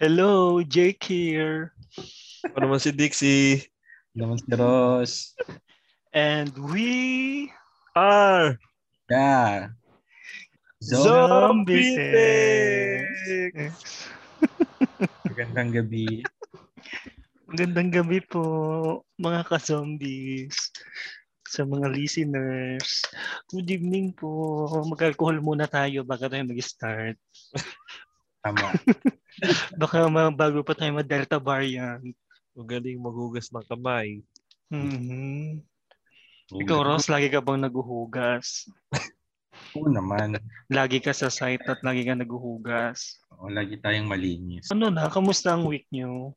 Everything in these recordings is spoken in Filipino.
Hello, Jake here. Ako naman si Dixie. Naman si Ross. And we R. Yeah. Zo- Zo. Zombie Text. Magandang gabi. magandang gabi po mga ka-zombies sa mga listeners. Good evening po. Mag-alcohol muna tayo baka tayo mag-start. Tama. Baka ma- bago pa tayo mag-delta variant. Magaling maghugas ng kamay. Mhm. Ikaw, Ross, lagi ka bang naguhugas? Oo naman. Lagi ka sa site at lagi ka naguhugas. Oo, lagi tayong malinis. Ano na? Kamusta ang week niyo?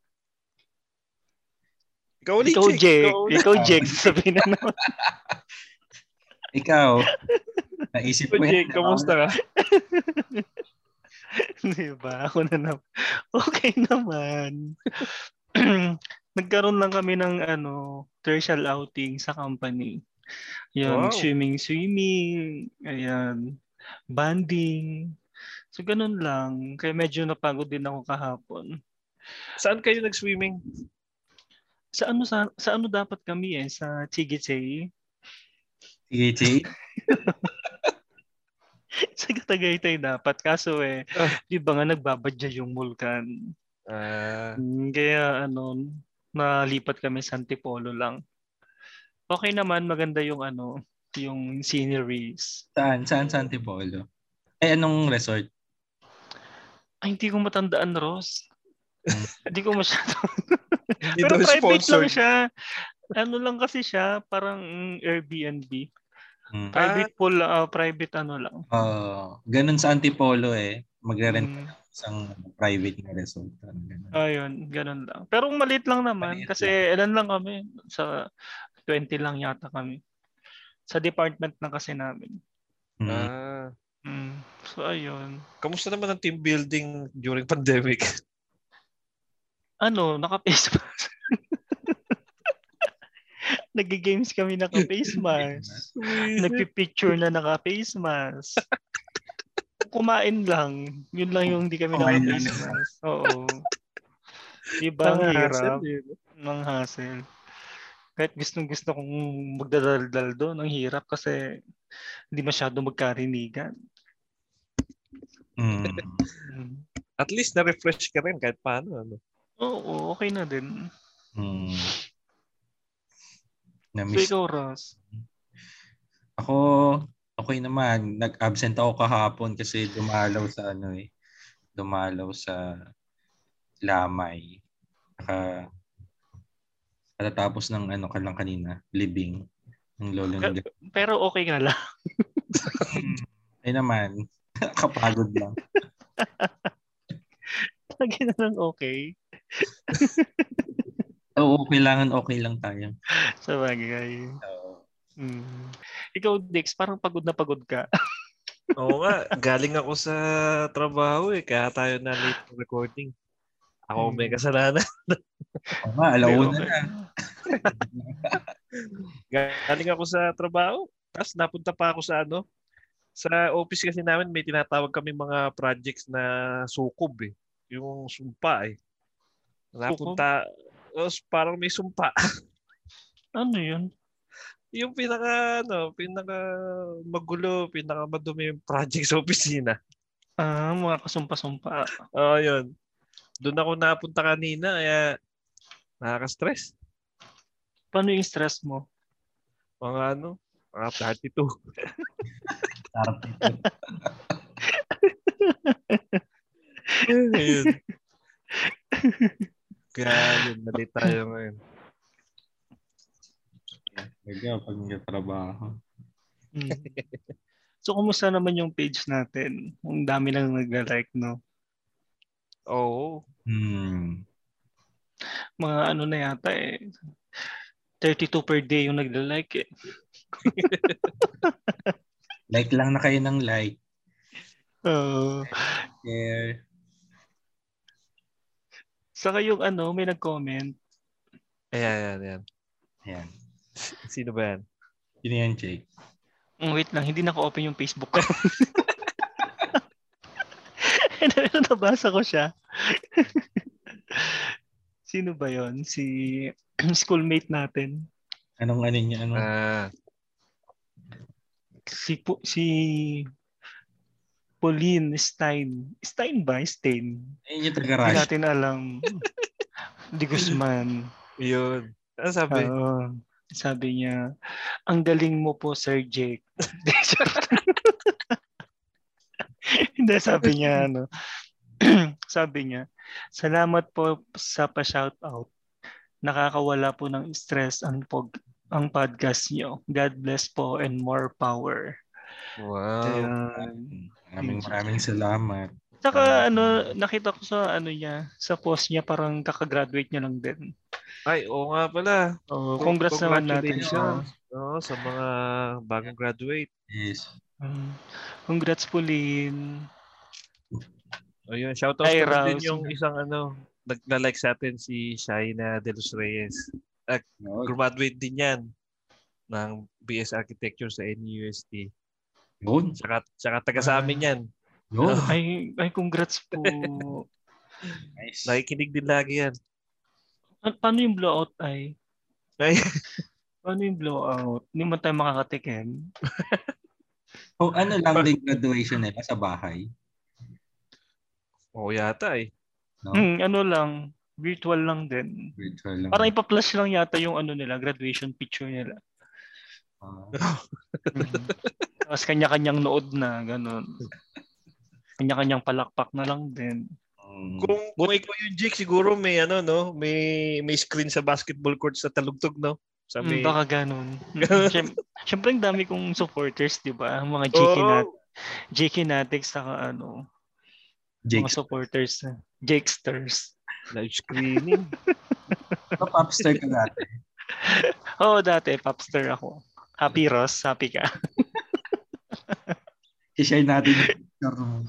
Ikaw ulit, Ikaw, Jake. Ikaw ulit. Ikaw, Jake. Sabihin na naman. Ikaw, naisip Ikaw, mo ano? Jake. Kamusta ka? diba? Ako na naman. Okay naman. Nagkaroon lang kami ng ano, tertial outing sa company. Yan, Wow. swimming, swimming, ayan, banding. So, ganun lang. Kaya medyo napagod din ako kahapon. Saan kayo nag-swimming? Sa ano, sa, sa ano dapat kami eh? Sa Chigichay? Sige, Jay. sa Katagaytay dapat. Kaso eh, Ah. di ba nga nagbabadya yung vulkan? Ah, Mm, Kaya ano, nalipat kami sa Antipolo lang. Okay naman, maganda yung ano, yung sceneries. Saan? Saan sa Antipolo? Eh, anong resort? Ay, hindi ko matandaan, Ross. hindi ko masyado. hindi Pero daw private lang sponsored. siya. Ano lang kasi siya, parang mm, Airbnb. Hmm. Private pool, ah, private ano lang. Oo. ganun sa Antipolo eh. Magre-rent Mm, isang private na resort. Ano, ganun. ayun, ganun lang. Pero maliit lang naman Maliit kasi ilan lang kami sa 20 lang yata kami. Sa department lang kasi namin. Hmm. Ah. Mm, so ayun. Kamusta naman ang team building during pandemic? ano, naka-face mask. Nag-games kami naka-face mask. Nagpi-picture na naka-face mask. Kumain lang. Yun lang yung hindi kami Kumain naka-face lang. mask. Oo. Diba ang hirap? Ang hassle. Kahit gustong gusto kong magdadaldal doon, ang hirap kasi hindi masyado magkarinigan. Hmm. Mm. At least na-refresh ka rin kahit paano. Ano? Oo, okay na din. Hmm. So Na-miss ikaw, Ross. Ako, okay naman. Nag-absent ako kahapon kasi dumalaw sa ano eh. Dumalaw sa lamay. Saka, katatapos ng ano ka lang kanina, living. Ng lolo ng Pero okay ka lang. Ay naman, kapagod lang. Lagi na lang okay. Oo, kailangan okay lang tayo. Sa bagay. So, Mm. Ikaw, Dex, parang pagod na pagod ka. Oo nga. Galing ako sa trabaho eh. Kaya tayo na late sa recording. Ako may kasalanan. oo nga, alauna na. Galing ako sa trabaho. Tapos napunta pa ako sa ano. Sa office kasi namin may tinatawag kami mga projects na sukob eh. Yung sumpa eh. Napunta, tapos parang may sumpa. Ano yun? Yung pinaka, ano, pinaka magulo, pinaka madumi yung project sa opisina. Ah, mga kasumpa-sumpa. Oo, yun. Doon ako napunta kanina, kaya nakaka-stress. Paano yung stress mo? Mga ano, mga 32. Sarap ito. Ayun. Kaya yun, mali tayo ngayon. Talaga, pag nagtrabaho. Mm. so, kumusta naman yung page natin? Ang dami lang nag-like, no? Oo. Hmm. Mga ano na yata eh. 32 per day yung nag-like eh. Like lang na kayo ng like. Oo. Share. saka yung ano, may nag-comment. Ayan, ayan, ayan. Ayan. Sino ba yan? Yun yan, Jake. Mm, Wait lang, hindi naka-open yung Facebook ko. Ano, Pero nabasa ko siya. Sino ba yon? Si schoolmate natin. Anong ano niya? Hmm. Ano? Ah, Si, Pu- si Pauline Stein. Stein ba? Stein. Ayun yung taga Hindi Russia. natin alam. Di Guzman. yun. Ano sabi? Oo. sabi niya, ang galing mo po, Sir Jake. Hindi, sabi niya, ano, sabi niya, salamat po sa pa-shoutout. Nakakawala po ng stress ang pog ang podcast niyo. God bless po and more power. wow. Ayan. Maraming maraming salamat. Saka ano, nakita ko sa ano niya, sa post niya parang kakagraduate niya lang din. Ay, oo nga pala. Oh, congrats naman natin Congratulations. siya. Oo, sa mga bagong graduate. Yes. Mm. Congrats Pauline. O yun, shoutout Ay, ko din Rouse. yung isang ano, nagla-like sa atin si Shaina De Los Reyes. Good. Graduate din yan ng BS Architecture sa NUST. Good. Tsaka, tsaka taga sa amin yan. Good. Ay, ay congrats po. Nice. Nakikinig din lagi yan. Pa- paano yung blowout ay? Ay. Paano yung blowout? Hindi man tayo makakatikin. Oh, ano lang din graduation nila sa bahay? Oo yata eh. No? Hmm, ano lang, virtual lang din. Virtual lang. Hmm. Parang ipa-flash lang yata yung ano nila, graduation picture nila. Ah, Mm-hmm. Mhm. Tapos kanya-kanyang nood na, ganun. Kanya-kanyang palakpak na lang din. mm. Kung, kung ikaw yung Jake, siguro may ano no, may may screen sa basketball court sa talugtog no. Sa Hmm, may... baka ganun. Hmm, syem- Siyempre, ang dami kong supporters, di ba? Ang Mga JK, Oo. nat- JK Natics, saka ano, Jake, mga supporters. Jakesters. live screening. pa popstar ka dati. Oo, dati, popster ako. Happy Ross, happy ka. I-share natin yung picture mo.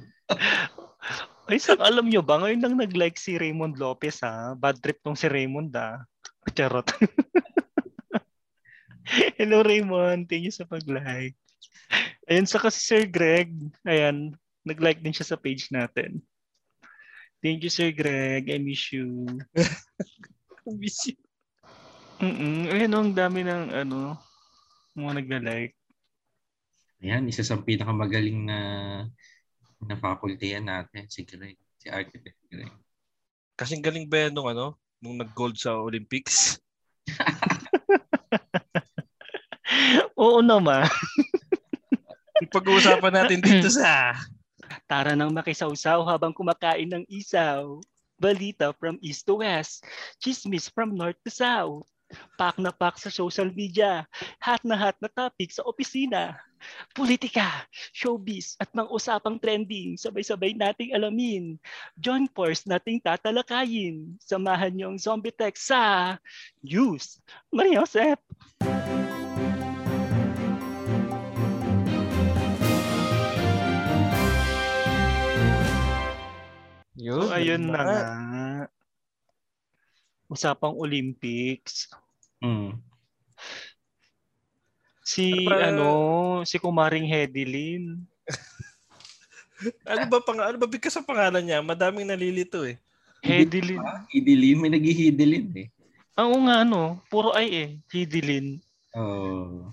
Ay, sa, alam nyo ba, ngayon lang nag-like si Raymond Lopez ha. Bad trip tong si Raymond ha. Charot. Hello Raymond, thank you sa pag-like. Ayun, saka si Sir Greg, ayan, nag-like din siya sa page natin. Thank you Sir Greg, I miss you. Busy. Mm-mm. Ayun, oh, ang dami ng ano, mga nagla-like. Ayan, isa sa pinakamagaling na na faculty yan natin, si Greg, si Architect Greg. Kasing galing ba yan nung ano, nung nag-gold sa Olympics? Oo naman. Yung Pag-uusapan natin dito sa Tara nang makisawsaw habang kumakain ng isaw. Balita from east to west, chismis from north to south. Pak na pak sa social media, hat na hat na topic sa opisina. Politika, showbiz at mga usapang trending sabay-sabay nating alamin. John Force nating tatalakayin. Samahan niyo ang zombie tech sa News. Maria Josep. Yun. Usapang Olympics. Mm. Si Ano ba- ano, si Kumaring Hedilin. Ano ba pang ano ba bigkas sa pangalan niya? Madaming nalilito eh. Hedilin. Ah, Hidilin, may naghihidilin eh. Ah, Oo nga ano, puro ay eh, Hedilin. Oh.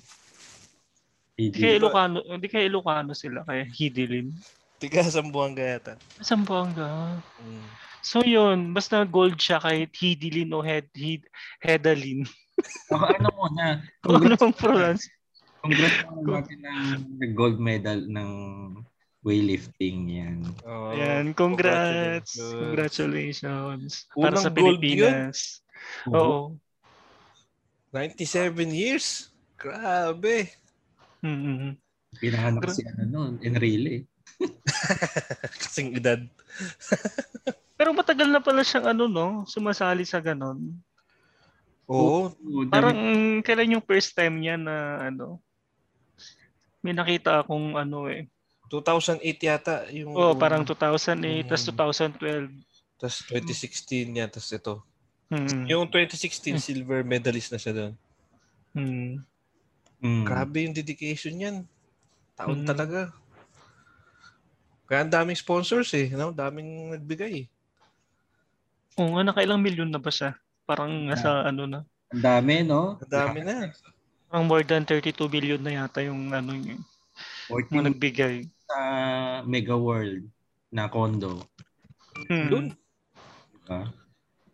Hindi kaya Hidilin. Ilocano, hindi kaya Ilocano sila, kaya Hedilin. Tiga sa buwang yata. Sambuanga. Mm. So yun, basta gold siya kahit Hedilin o Hed, Hed Hedalin. Ako, ano muna, Kung ano congrats, ang pronounce. congrats naman natin ng gold medal ng weightlifting yan. Oh, Ayan, congrats. Congratulations. Para Unang sa gold Pilipinas. Oo. 97 years. Grabe. Mm-hmm. Pinanganak si ano noon, Enrile. Kasing edad. Pero matagal na pala siyang ano no, sumasali sa ganon. Oo. Oh, Parang Parang, mm, kailan yung first time niya na ano? May nakita akong ano eh. 2008 yata yung Oh, parang 2008 Mm. tas 2012. tas 2016 niya tas ito. Hmm. Yung 2016 silver medalist na siya doon. Hmm. Hmm. mm, Grabe yung dedication niyan. Mm. Taon talaga. Kaya ang daming sponsors eh. No? Daming nagbigay. Oo nga, nakailang milyon na ba siya? Parang nasa ano na. Ang dami, no? Ang dami na. Parang more than 32 billion na yata yung ano yung, yung 14 nagbigay. sa Mega World na condo. Hmm. Doon. Diba?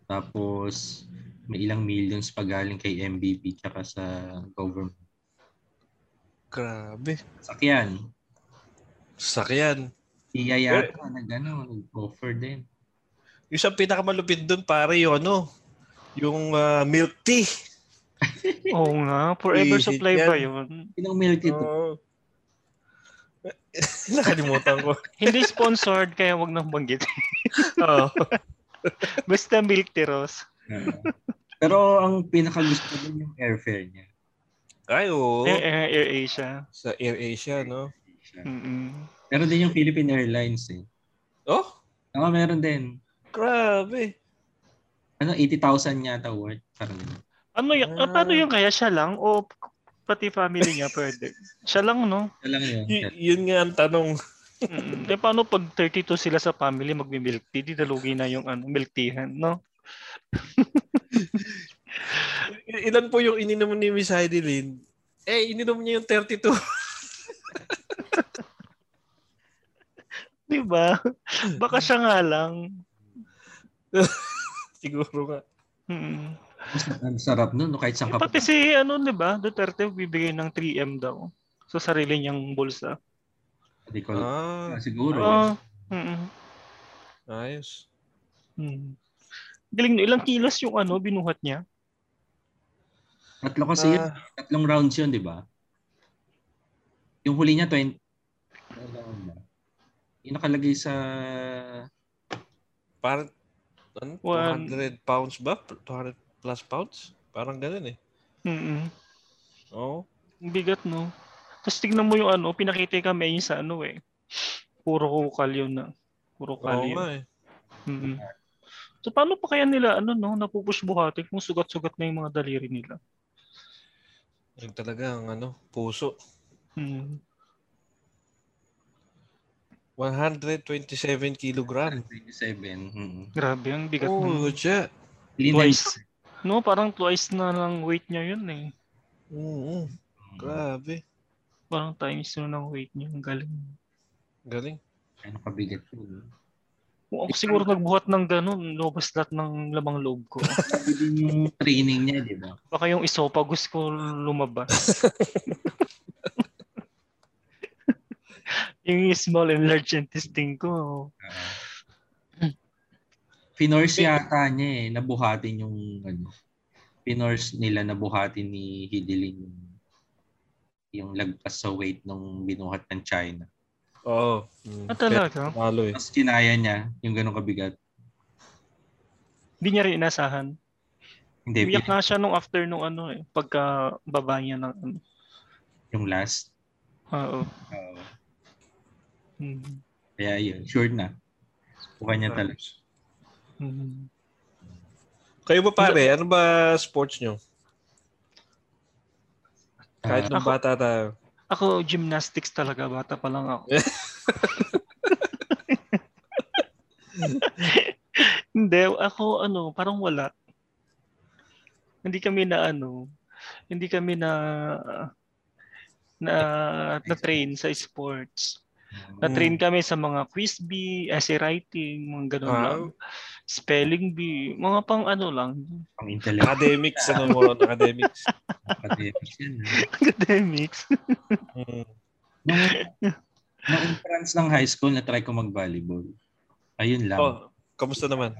Tapos, may ilang millions pa galing kay MVP tsaka sa government. Grabe. Sakyan. Sakyan. Iya yata, Eh. nag, ano, nag-offer din. Yung sa pinakamalupit doon, pare, yung ano, yung ah, milk tea. Oo nga. Forever Ihit supply yan. ba yun? Pinang milk gitu. tea to. Oo. Nah, Nakalimutan ko. Hindi sponsored kaya wag nang banggit. Oo. Basta milk tiros. Ah. Pero ang pinakagusto din yung airfare niya. Ay, oo. Air, Air- Air Asia. Sa AirAsia, no? Siya. Mm-mm. Meron din yung Philippine Airlines eh. Oh, Oo, meron din. grabe. Ano, 80,000 yata worth. Parang ganun. Ano yung, Ah. paano yung kaya siya lang o pati family niya pwede? Siya lang, no? Ito lang yun. Ya. Y- yun nga ang tanong. Mm-mm. Eh, paano pag 32 sila sa family magmi-milk tea? Di nalugi na yung ano, milk teahan, no? I- Ilan po yung ininom ni Miss Heidi Lynn? Eh, ininom niya yung 32. Di ba? Baka siya nga lang. Siguro nga. Mm. Ang sarap nun, no? kahit saan Eh, ka pati si ano, di ba? Duterte bibigay ng 3M daw sa sarili niyang bulsa. Hindi ko alam. Ah, Siguro. Oo. Mm-mm. ayos. Mm. Galing, no. ilang kilos yung ano, binuhat niya? Tatlo kasi yun. Ah, Tatlong rounds yun, di ba? Yung huli niya, 20. Ano ba? Yung nakalagay sa... parang ano, One. 200 pounds ba? 200 plus pounds? Parang ganun eh. Oh, Mm-mm. Oo. Ang bigat, no? Tapos tignan mo yung ano, pinakita kami niya sa ano eh. Puro kalyo na. Puro Oh, Oo nga kalyo. eh. Mm-mm. So paano pa kaya nila ano no, napupush buhatin kung sugat-sugat na yung mga daliri nila? Yung talaga ang ano, puso. Mm. 127 kilogram. 27. Mm-hmm. Grabe, ang bigat Oh, oh, siya. Twice. No, parang twice na lang weight niya yun eh. Oo, Mm-hmm. grabe. Parang times yun ang weight niya. Ang galing. Galing. Ano kabigat ko. no? Kung ako siguro nagbuhat ng ganun, lobas lahat ng lamang loob ko. Grabe din yung training niya, di ba? Baka yung esophagus ko lumabas. yung small and large intestine ko. Ah. Pinorse yata niya eh, nabuhatin yung ano. Pinorse nila nabuhatin ni Hidilin yung yung lagpas sa weight nung binuhat ng China. Oo. Mm. Ah, talaga? Talo eh. Tapos kinaya niya yung ganong kabigat. Hindi niya rin inasahan. Hindi, Umiyak nga siya nung after nung ano eh. Pagka baba niya ng ano. yung last. Oo. Oo. Mhm. Kaya yun, sure na. Bukan niya talaga. Mhm. Kayo ba pare? Ano ba sports nyo? Kahit Ah, nung bata tayo. Ako, gymnastics talaga. Bata pa lang ako. Hindi, ako ano, parang wala. Hindi kami na ano, hindi kami na na na-train sa sports. Na-train Hmm. kami sa mga quiz bee, essay writing, mga ganun Ah. lang. Spelling bee, mga pang ano lang, pang intellect. academics, ano mo ron? Academics. academics yan. ah. academics. Mm. Nung, nung entrance ng high school, na-try ko mag-volleyball. Ayun lang. Oh, kamusta naman?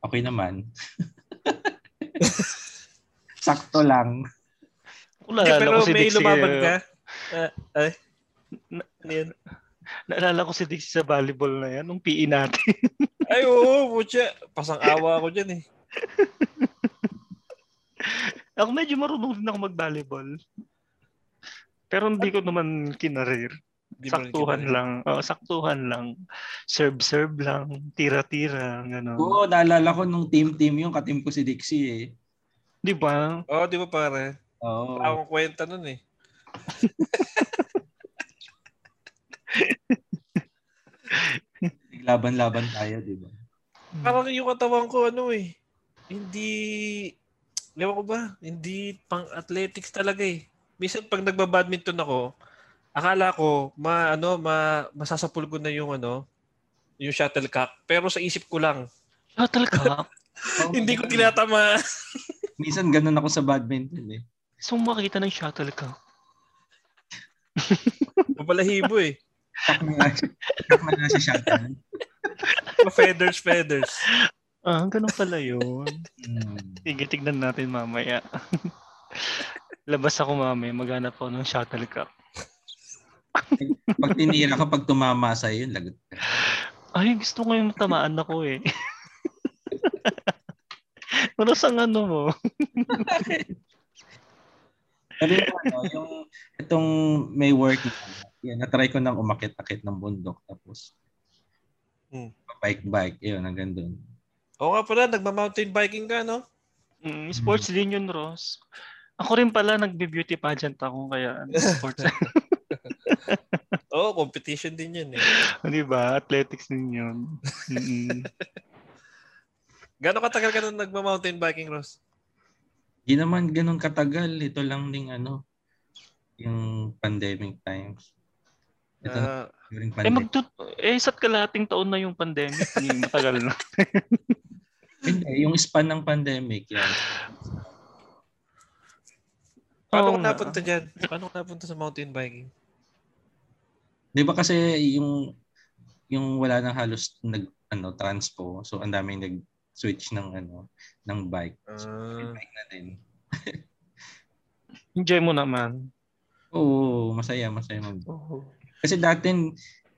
Okay naman. Sakto lang. Wala Eh, pero may lumaban ka? Ah, ay. uh, Na- Ano yan? Naalala ko si Dixie sa volleyball na yan, nung PE natin. Ay, oo, putya. Pasang-awa ako dyan eh. Ako medyo marunong din ako mag-volleyball. Pero hindi ko naman kinarir. Di mo rin saktuhan kilala. lang. Oo, saktuhan lang. Serve-serve lang. Tira-tira. Ganun. Oo, naalala ko nung team-team yung katim ko si Dixie eh. Di ba? Oo, di ba pare? Hmm. Oo. Wala akong kwenta nun eh. Laban-laban tayo, di ba? Parang yung katawan ko, ano eh. Hindi, ewan ko ba, hindi pang athletics talaga eh. Minsan pag nagbabadminton ako, akala ko ma ano ma masasapul ko na yung ano yung shuttlecock pero sa isip ko lang Shuttlecock? hindi ko tinatama Minsan ganun ako sa badminton eh. Gusto mo makita ng shuttlecock? mapalahibo eh Tak na nga siya. Tak na nga siya shotgun. feathers feathers Ah, ganun pala yun. Hmm. Sige, tignan natin mamaya. Labas ako mamaya, maghanap ako ng shuttlecock. Pag tinira ka, pag tumama sa'yo, yun, lagot ka. Ay, gusto ko yung tamaan ako eh. Ano sa ano mo? Sabi ko, ano, yung itong may work na, yan, natry ko nang umakit-akit ng bundok tapos Hmm. bike-bike, yun, hanggang doon. oo nga pala nagma-mountain biking ka no Mm, sports din yun, Ross. Ako rin pala, nagbe-beauty pageant ako, kaya ano, sports. oo competition din yun eh Oh, Di ba? Athletics din yun. Mm-mm. gaano katagal ka na nagma-mountain biking Ross Di naman ganun katagal, ito lang ding ano, yung pandemic times. Ito na, Ah, eh, during pandemic. magtut- eh, isa't kalating taon na yung pandemic. Hindi, matagal na. Hindi, yung span ng pandemic yan. Oo paano ka nga. napunta dyan paano ka napunta sa mountain biking Di ba kasi yung yung wala nang halos nag ano transpo so ang daming nag switch ng ano ng bike so, Ah, bike na din Enjoy mo naman. oo masaya masaya mag oo. kasi dati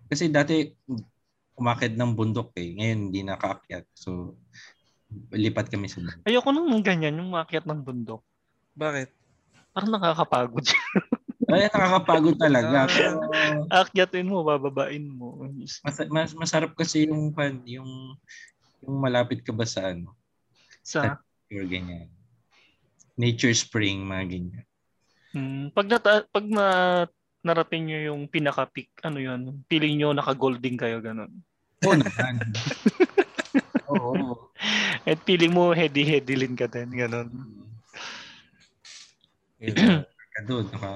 kasi dati umakyat ng bundok eh ngayon hindi nakaakyat so lipat kami sa bike Ayoko nang ng ganyan, yung makiat ng bundok. bakit Parang nakakapagod. kaya nakakapagod Ah. talaga pero Akyatin mo, bababain mo. mas, mas masarap kasi yung pan yung yung malapit ka ba sa ano Sa, yung ganyan nature spring mga ganyan mm, pag, nata- pag na, narating nyo yung pinaka-peak, ano yun, feeling nyo naka-golding kayo, ganun. Oo naman. Oo. At feeling mo heady-headylin ka din, ganun. Yun. Mm. Ka doon, naka,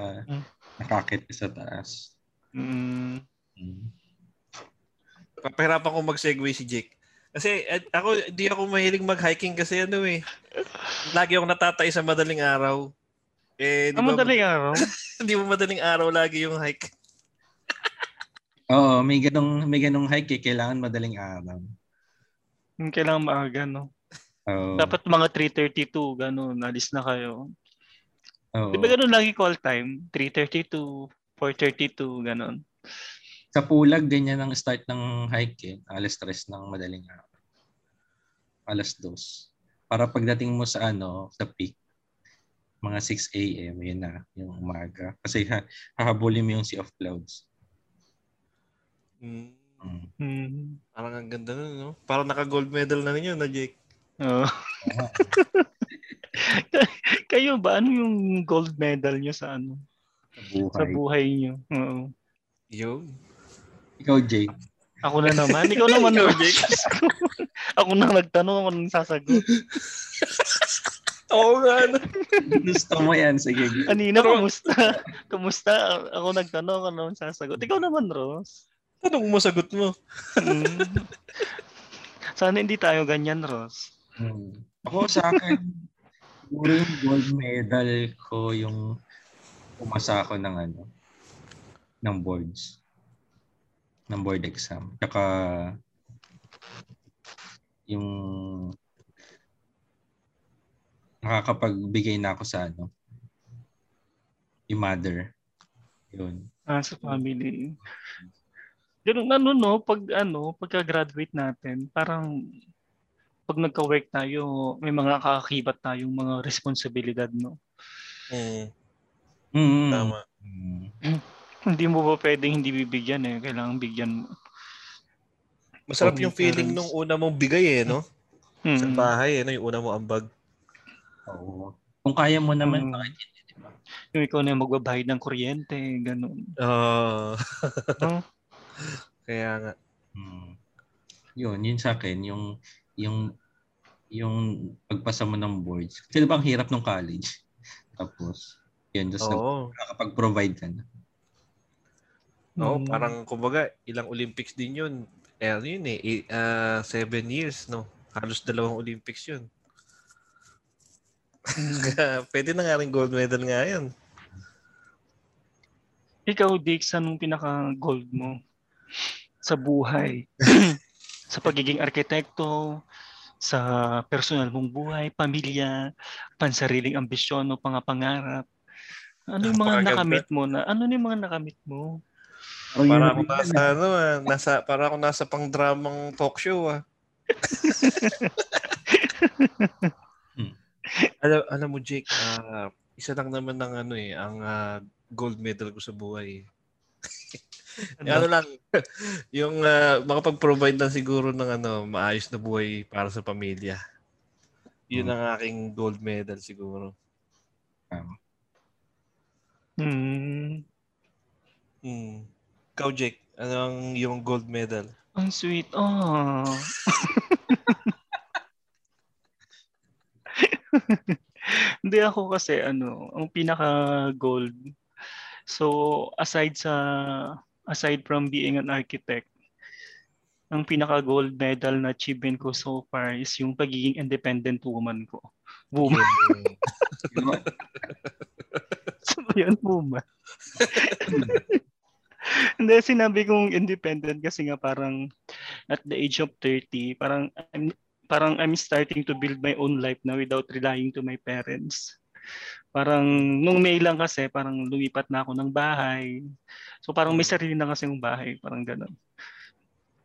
nakakit ka sa taas. Mm, Mm. Papahirapan ko mag-segue si Jake. Kasi at, ako, hindi ako mahilig mag-hiking kasi ano eh. Lagi akong natatay sa madaling araw. Eh, di ang ba, madaling araw. Di ba madaling araw lagi yung hike? Oo, may ganong, may ganong hike eh. Kailangan madaling araw. Yung Kailangan maaga, no? Oh. Oo. Dapat mga 3.32, ganun, alis na kayo. Oo. Di Oh. ba ganun lagi call time? 3.32, 4.32, ganun. Sa pulag, ganyan ang start ng hike eh. Alas tres ng madaling araw. Alas dos. Para pagdating mo sa ano, sa peak, mga 6 a.m. yun na, yung umaga. Kasi ha, hahabulin mo yung Sea of Clouds. Mm, Mm. Mm. parang ang ganda nun, no? Parang naka-gold medal na ninyo na Jake. Oo. kayo ba? Ano yung gold medal nyo sa ano? Sa buhay. Sa buhay nyo? Oo. Yun. Ikaw, Jake. Ako na naman. Ikaw naman. Ikaw, Ikaw, ako na nagtanong. Ako na sasagot. Oo nga. ano. Gusto mo yan. Sige. Kanina, Pero- kumusta? kumusta? Ako nagtanong. Ako na sasagot. Ikaw naman, Ross. Tanong mo, sagot mo. Mm. Sana hindi tayo ganyan, Ross. Hmm. Ako sa akin, siguro yung gold medal ko yung umasa ako ng ano, ng boards. Ng board exam. Tsaka yung nakakapagbigay na ako sa ano, yung mother. Yun. Ah, sa family. Ganun, ano, no? Pag, ano, pagka-graduate natin, parang pag nagka-work tayo, may mga kakakibat tayong mga responsibilidad, no? Mm, Mm. tama. Mm. Hindi mo ba pwedeng hindi bibigyan eh. Kailangan bigyan mo. Masarap Oh, yung feeling parents. nung una mong bigay eh, no? Hmm. Sa bahay eh, no? Yung una mo ambag. Oo. Kung kaya mo Mm. naman, bakit hindi, di ba? Yung ikaw na yung magbabayad ng kuryente, ganun. Ah. Oh. Kaya nga. Mm. Yun, yun sa akin, yung yung yung pagpasa mo ng boards. Kasi diba ang hirap ng college? Tapos, yun, just oh. Oo. nakakapag-provide ka na. Oo, Mm. parang kumbaga, ilang Olympics din yun. Eh, ano yun eh, eh, ah, seven years, no? Halos dalawang Olympics yun. Pwede na nga rin gold medal nga yun. Ikaw, Dix, anong pinaka-gold mo sa buhay? sa pagiging arkitekto, sa personal mong buhay, pamilya, pansariling ambisyon o pangapangarap. Ano yung mga Napakaganda. nakamit mo na? Ano yung mga nakamit mo? Parang Para yun ang- ako nasa ano ah, nasa para ako nasa pang-dramang talk show ah. Hmm. alam, alam mo Jake, ah, isa lang naman ng ano eh, ang ah, gold medal ko sa buhay. eh. Yung ano lang, yung ah, makapag-provide lang siguro ng ano, maayos na buhay para sa pamilya. Yun Hmm. ang aking gold medal siguro. Hmm, Hmm. Ikaw Jake, ano ang yung gold medal? ang sweet. Oh. Hindi ako kasi ano, ang pinaka gold. So aside sa aside from being an architect, ang pinaka gold medal na achievement ko so far is yung pagiging independent woman ko. Woman. eh. Diba? Ano yun, woman? Hindi, sinabi kong independent kasi nga parang at the age of 30, parang I'm, parang I'm starting to build my own life na without relying to my parents. Parang nung May lang kasi, parang lumipat na ako ng bahay. So parang may sarili na kasi yung bahay, parang ganun.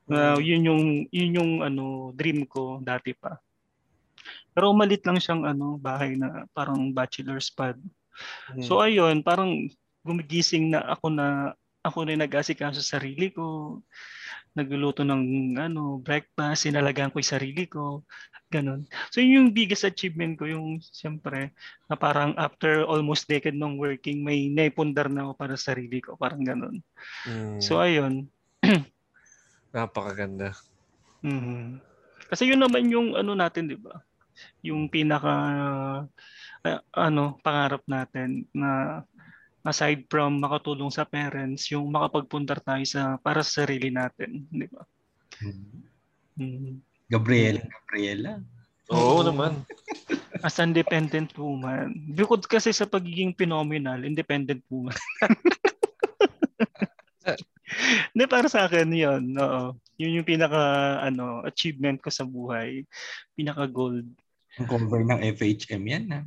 Hmm. Na yun yung yun yung ano dream ko dati pa. Pero malit lang siyang ano bahay na parang bachelor's pad. Hmm. So ayun, parang gumigising na ako na ako na yung nag-asikaso sa sarili ko. Nagluluto ng ano, breakfast, sinalagaan ko yung sarili ko. Ganon. So yun yung biggest achievement ko, yung siyempre, na parang after almost decade ng working, may naipundar na ako para sa sarili ko. Parang ganon. Hmm. So ayun. napakaganda. Mhm. Kasi yun naman yung ano natin, di ba? Yung pinaka ah, ano pangarap natin na aside from makatulong sa parents, yung makapagpundar tayo sa para sa sarili natin, di ba? Mhm. Gabriela, Gabriela. Oo Oo. naman. As an independent woman. Bukod kasi sa pagiging phenomenal, independent woman. Hindi, para sa akin yun. Oo. Yun yung pinaka ano, achievement ko sa buhay. Pinaka gold. Ang cover ng FHM yan ha.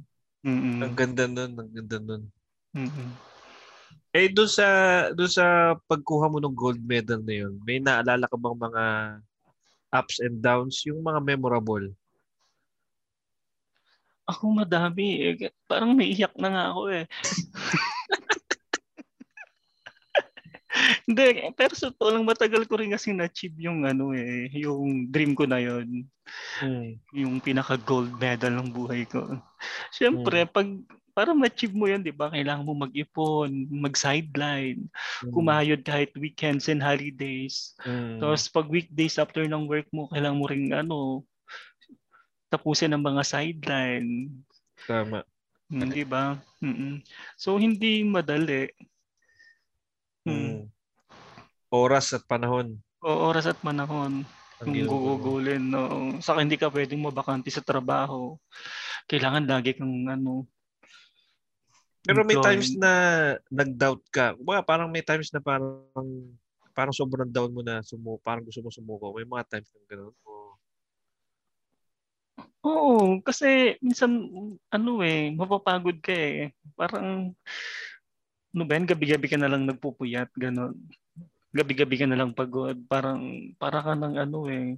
Ang ganda nun, ang ganda nun. Mm-mm. Eh doon sa doon sa pagkuha mo ng gold medal na yun, may naalala ka bang mga ups and downs, yung mga memorable? Ako madami. eh. Parang naiiyak na nga ako eh. Hindi, pero sa totoo lang matagal ko rin kasi na-achieve yung ano eh, yung dream ko na yon yung pinaka gold medal ng buhay ko. Siyempre, pag para ma-achieve mo yan, 'di ba? Kailangan mo mag-ipon, mag-sideline, kumayod kahit weekends and holidays. Mm. Tapos pag weekdays after ng work mo, kailangan mo ring ano tapusin ang mga sideline, tama. Mm. hindi ba? Mm-mm. So hindi madali. Mm. Mm. Oras at panahon. O oras at manahon Ang kung ginagawa mo. gugugulin. No? Saka hindi ka pwedeng mabakante sa trabaho. Kailangan lagi kang ano. Pero may employed. times na nag-doubt ka. Kumbaga, parang may times na parang parang sobrang down mo na sumu parang gusto mo sumuko. May mga times na gano'n. Oo. Oo, kasi minsan ano eh, mapapagod ka eh. Parang ano ba yan, gabi-gabi ka na lang nagpupuyat, ganun. Gabi-gabi ka na lang pagod. Parang, para ka ng ano eh,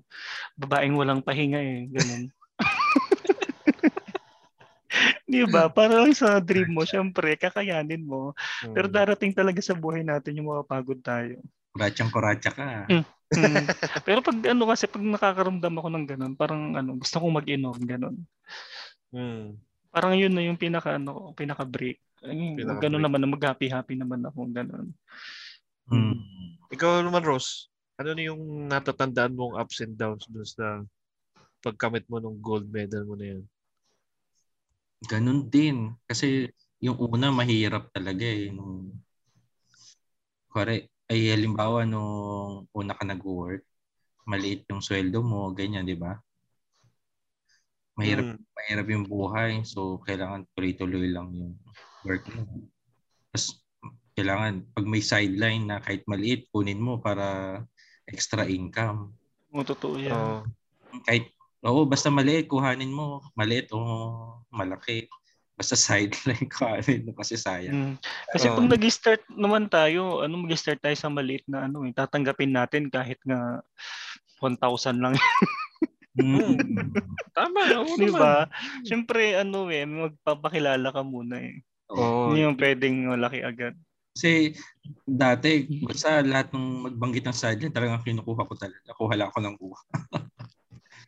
babaeng walang pahinga eh, ganun. Di ba? Para lang sa dream mo, syempre, kakayanin mo. Mm. Pero darating talaga sa buhay natin yung mapapagod tayo. Kuratsang kuratsa ka. Mm. Mm. Pero pag ano kasi, pag nakakaramdam ako ng ganun, parang ano, gusto kong mag-inom, ganun. Mm. parang yun na yung pinaka ano, pinaka break. Pinaka-break. Ganun naman, mag happy happy naman ako ganun. Mm. Ikaw naman, Rose, ano na yung natatandaan mong ups and downs doon sa pagkamit mo ng gold medal mo na yun? Ganun din. Kasi yung una mahirap talaga eh. Nung, kore, ay halimbawa nung una ka nag-work, maliit yung sweldo mo, ganyan, di ba? Mahirap, Mm. mahirap yung buhay. So, kailangan tuloy-tuloy lang yung work mo. Tapos, kailangan, pag may sideline na kahit maliit, kunin mo para extra income Oo, totoo yan. Oo. kahit oo basta maliit kuhanin mo maliit o malaki basta sideline kuhanin mo kasi Mm. sayang Kasi Oo. pag nag-start naman tayo, ano mag-start tayo sa maliit na ano, eh, tatanggapin natin kahit nga 1,000 lang, Mm. Tama, oo di naman. ba? Siyempre, ano eh, magpapakilala ka muna eh. Oo. Hindi yung pwedeng malaki agad. kasi dati basta lahat ng magbanggit ng sideline talagang kinukuha ko talaga kuha lang ako ng kuha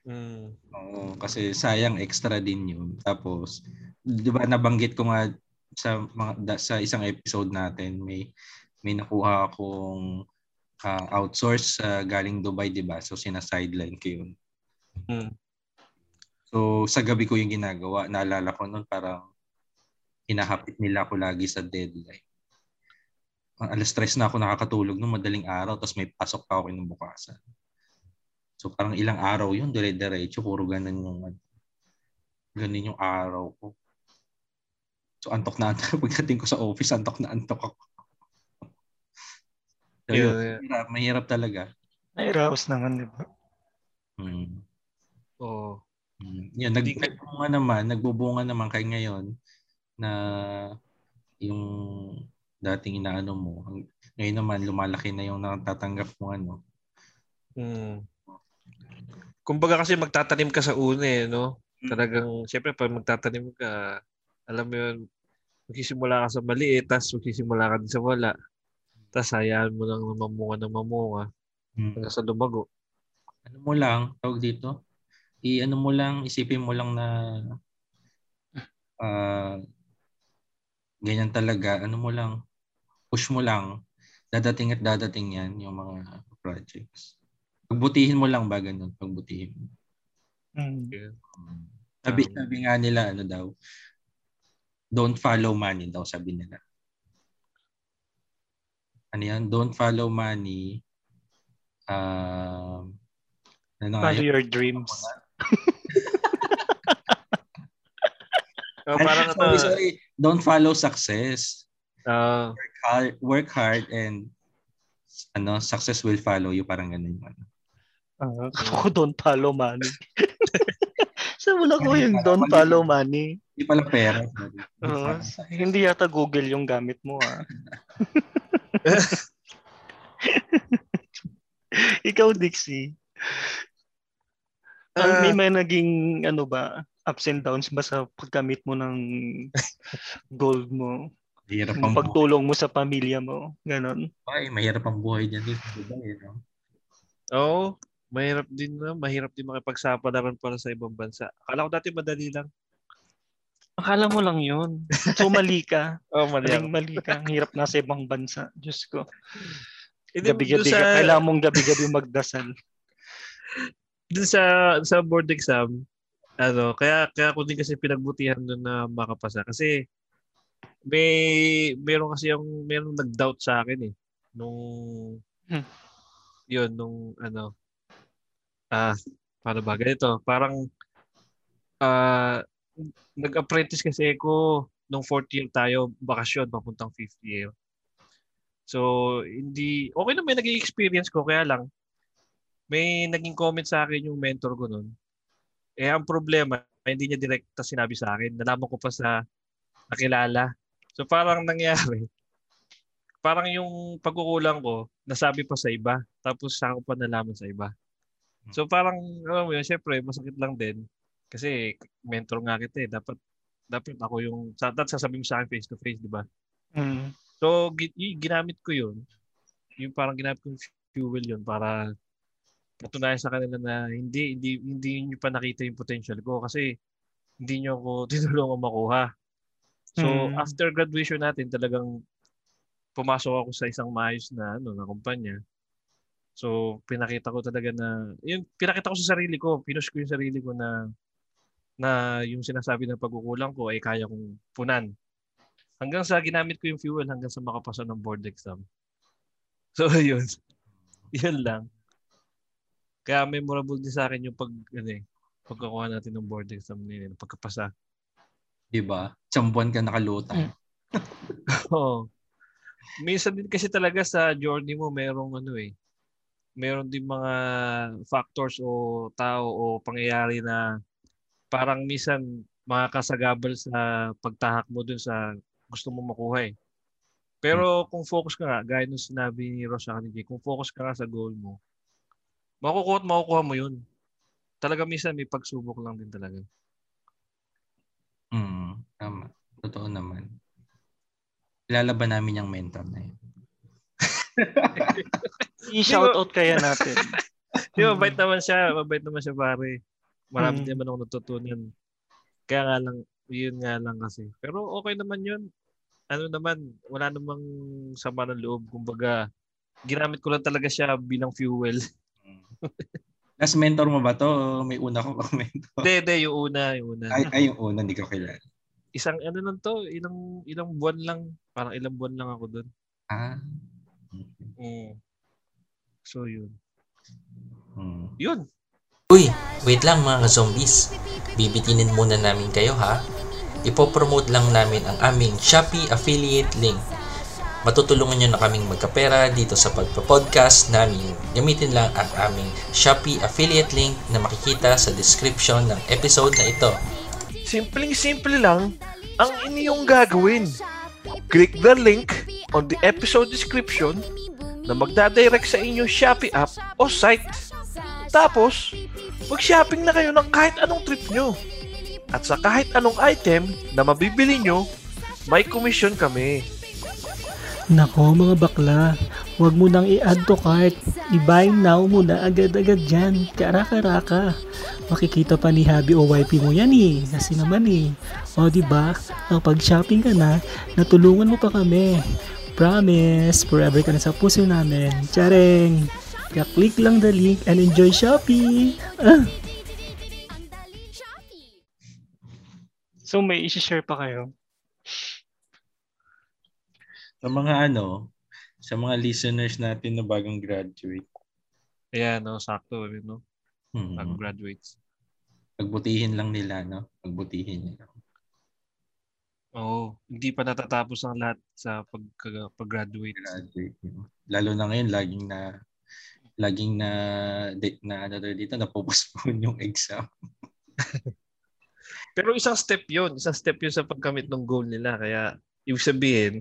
Mm. oo, kasi sayang extra din yun tapos di ba nabanggit ko nga sa mga, da- sa isang episode natin may may nakuha akong ah, outsource ah, galing Dubai di ba so sina sideline ko yun Mm. So sa gabi ko yung ginagawa, naalala ko noon parang hinahapit nila ako lagi sa deadline. Ang alas stress na ako nakakatulog nung madaling araw tapos may pasok pa ako kinabukasan. So parang ilang araw yun, dire-diretso, puro ganun yung ano, ganun yung araw ko. So antok na antok. Pagdating ko sa office, antok na antok ako. So, Yun, yun, yun. mahirap, mahirap talaga. Nairaos naman, di ba? Mm. Oo. Mm, Yan, nag Hindi ka- nagbubunga naman, nagbubunga naman kay ngayon na yung dating inaano mo, ang- ngayon naman lumalaki na yung natatanggap mo ano. Mm. Kumbaga kasi magtatanim ka sa una eh, no? Mm. Hmm. Talagang, syempre, pag magtatanim ka, alam mo yun, magsisimula ka sa maliit, tapos magsisimula ka din sa wala. Tapos hayaan mo lang na mamunga na mamunga Mm. hanggang sa lumago. Ano mo lang, tawag dito, i-ano mo lang, isipin mo lang na ah, ganyan talaga, ano mo lang, push mo lang, dadating at dadating yan yung mga projects. Pagbutihin mo lang ba ganun, pagbutihin mo. Mm. Sabi, Um, sabi nga nila, ano daw, don't follow money daw, sabi nila. Ano yan? Don't follow money. Um, ano nga Follow yun? your dreams. Oh, Ano, parang sorry, ito, sorry. Don't follow success. ah, Work hard, work hard and ano, success will follow you. Parang ganun yun. Uh, ako don't follow money. Sa wala ko yung don't follow money. Hindi pala pera. sorry. Don't Oo. follow success. Hindi yata Google yung gamit mo ah. Ikaw, Dixie. Ah. may may naging ano ba, ups and downs ba sa paggamit mo ng gold mo? Mahirap ang Yung buhay. pagtulong mo sa pamilya mo? Ganon. Mahirap ang buhay dyan. dito, Diba, eh, no? Oo. Mahirap din na. Mahirap din makipagsapalaran para sa ibang bansa. Akala ko dati madali lang. Akala mo lang yun. So mali ka. Oo, oh, mali ako. Aling mali ka. Ang hirap na sa ibang bansa. Diyos ko. Hindi, Gabi-gabi dun ka. sa, Kailangan mong gabi-gabi magdasal. dun sa, sa board exam, ano, kaya, kaya ko din kasi pinagbutihan doon na makapasa. Kasi, may, meron kasi yung, meron nag-doubt sa akin eh. Nung, Hmm. yun, nung, ano, ah, paano ba? Ganito, parang, ah, nag-apprentice kasi ako nung fourth year tayo, bakasyon, papuntang fifth year. So, hindi, okay na may naging experience ko, kaya lang, may naging comment sa akin yung mentor ko nun. Eh, ang problema, hindi niya direkta sinabi sa akin. Nalaman ko pa sa nakilala. So, parang nangyari, parang yung pagkukulang ko, nasabi pa sa iba. Tapos, sa ko pa nalaman sa iba. So, parang, alam mo yun, syempre, masakit lang din. Kasi, mentor nga kita eh. Dapat, dapat ako yung, sa, dapat sasabihin mo sa akin face to face, di ba? Mm. So, gi- y- ginamit ko yun. Yung parang ginamit ko yung fuel yun para patunayan sa kanila na hindi, hindi, hindi nyo pa nakita yung potential ko kasi hindi nyo ako tinulungan makuha. So, Hmm. after graduation natin, talagang pumasok ako sa isang maayos na, ano, na kumpanya. So, pinakita ko talaga na, yun, pinakita ko sa sarili ko, pinush ko yung sarili ko na, na yung sinasabi ng pagkukulang ko ay kaya kong punan. Hanggang sa ginamit ko yung fuel, hanggang sa makapasa ng board exam. So, yun. Yun lang. Kaya memorable din sa akin yung pag, ano eh, pagkakuha natin ng board exam nila, pagkapasa. Di ba? Chambuan ka nakalutang. Oo. Minsan din kasi talaga sa journey mo merong ano eh. Meron din mga factors o tao o pangyayari na parang minsan makakasagabal sa pagtahak mo dun sa gusto mo makuha eh. Pero kung focus ka nga, gaya nung sinabi ni Ross sa akin, kung focus ka nga sa goal mo, makukuha at makukuha mo yun. Talaga minsan may pagsubok lang din talaga. Mm, tama. Totoo naman. Lalaban namin yung mentor na yun. I-shoutout kaya natin. Di, Mm-hmm. mabait naman siya. Mabait naman siya, pare. Marami Mm. din naman ako natutunan. Kaya nga lang, yun nga lang kasi. Pero okay naman yun. Ano naman, wala namang sama ng loob. Kumbaga, ginamit ko lang talaga siya bilang fuel. Mm. Last mentor mo ba to? May una ko bang mentor? Hindi, hindi. Yung una, yung una. Ay, ay, yung una, hindi ko kilala. Isang ano lang to, ilang, ilang buwan lang. Parang ilang buwan lang ako doon. Ah. So, yun. Mm. Yun. Uy, wait lang mga zombies. Bibitinin muna namin kayo ha. Ipopromote lang namin ang aming Shopee affiliate link. Matutulungan nyo na kaming magkapera dito sa pagpa-podcast namin. Gamitin lang ang aming Shopee affiliate link na makikita sa description ng episode na ito. Simpleng-simple lang ang inyong gagawin. Click the link on the episode description na magdadirect sa inyong Shopee app o site. Tapos, mag-shopping na kayo ng kahit anong trip nyo. At sa kahit anong item na mabibili nyo, may commission kami. Nako mga bakla, huwag mo nang i-add to cart. I-buy now mo na agad-agad dyan. Karaka-raka. Makikita pa ni Habi o YP mo yan eh. Kasi naman eh. O di ba? Kapag shopping ka na, natulungan mo pa kami. Promise, forever ka na sa puso namin. Tsareng! Kaklik lang the link and enjoy shopping! Ah! So may isi-share pa kayo. Sa mga ano, sa mga listeners natin na bagong graduate, Ayan, no, sakto. eh, No? hmm, Pag-graduates. pagbutihin lang nila, no? Pagbutihin nila. Oo. Hindi pa natatapos ang lahat sa pag- pag-graduate. Graduate. no? Lalo na ngayon, laging na laging na de, na ano tawag dito na postpone yung exam. Pero isang step yon Isang step yun sa pagkamit ng goal nila. Kaya, ibig sabihin,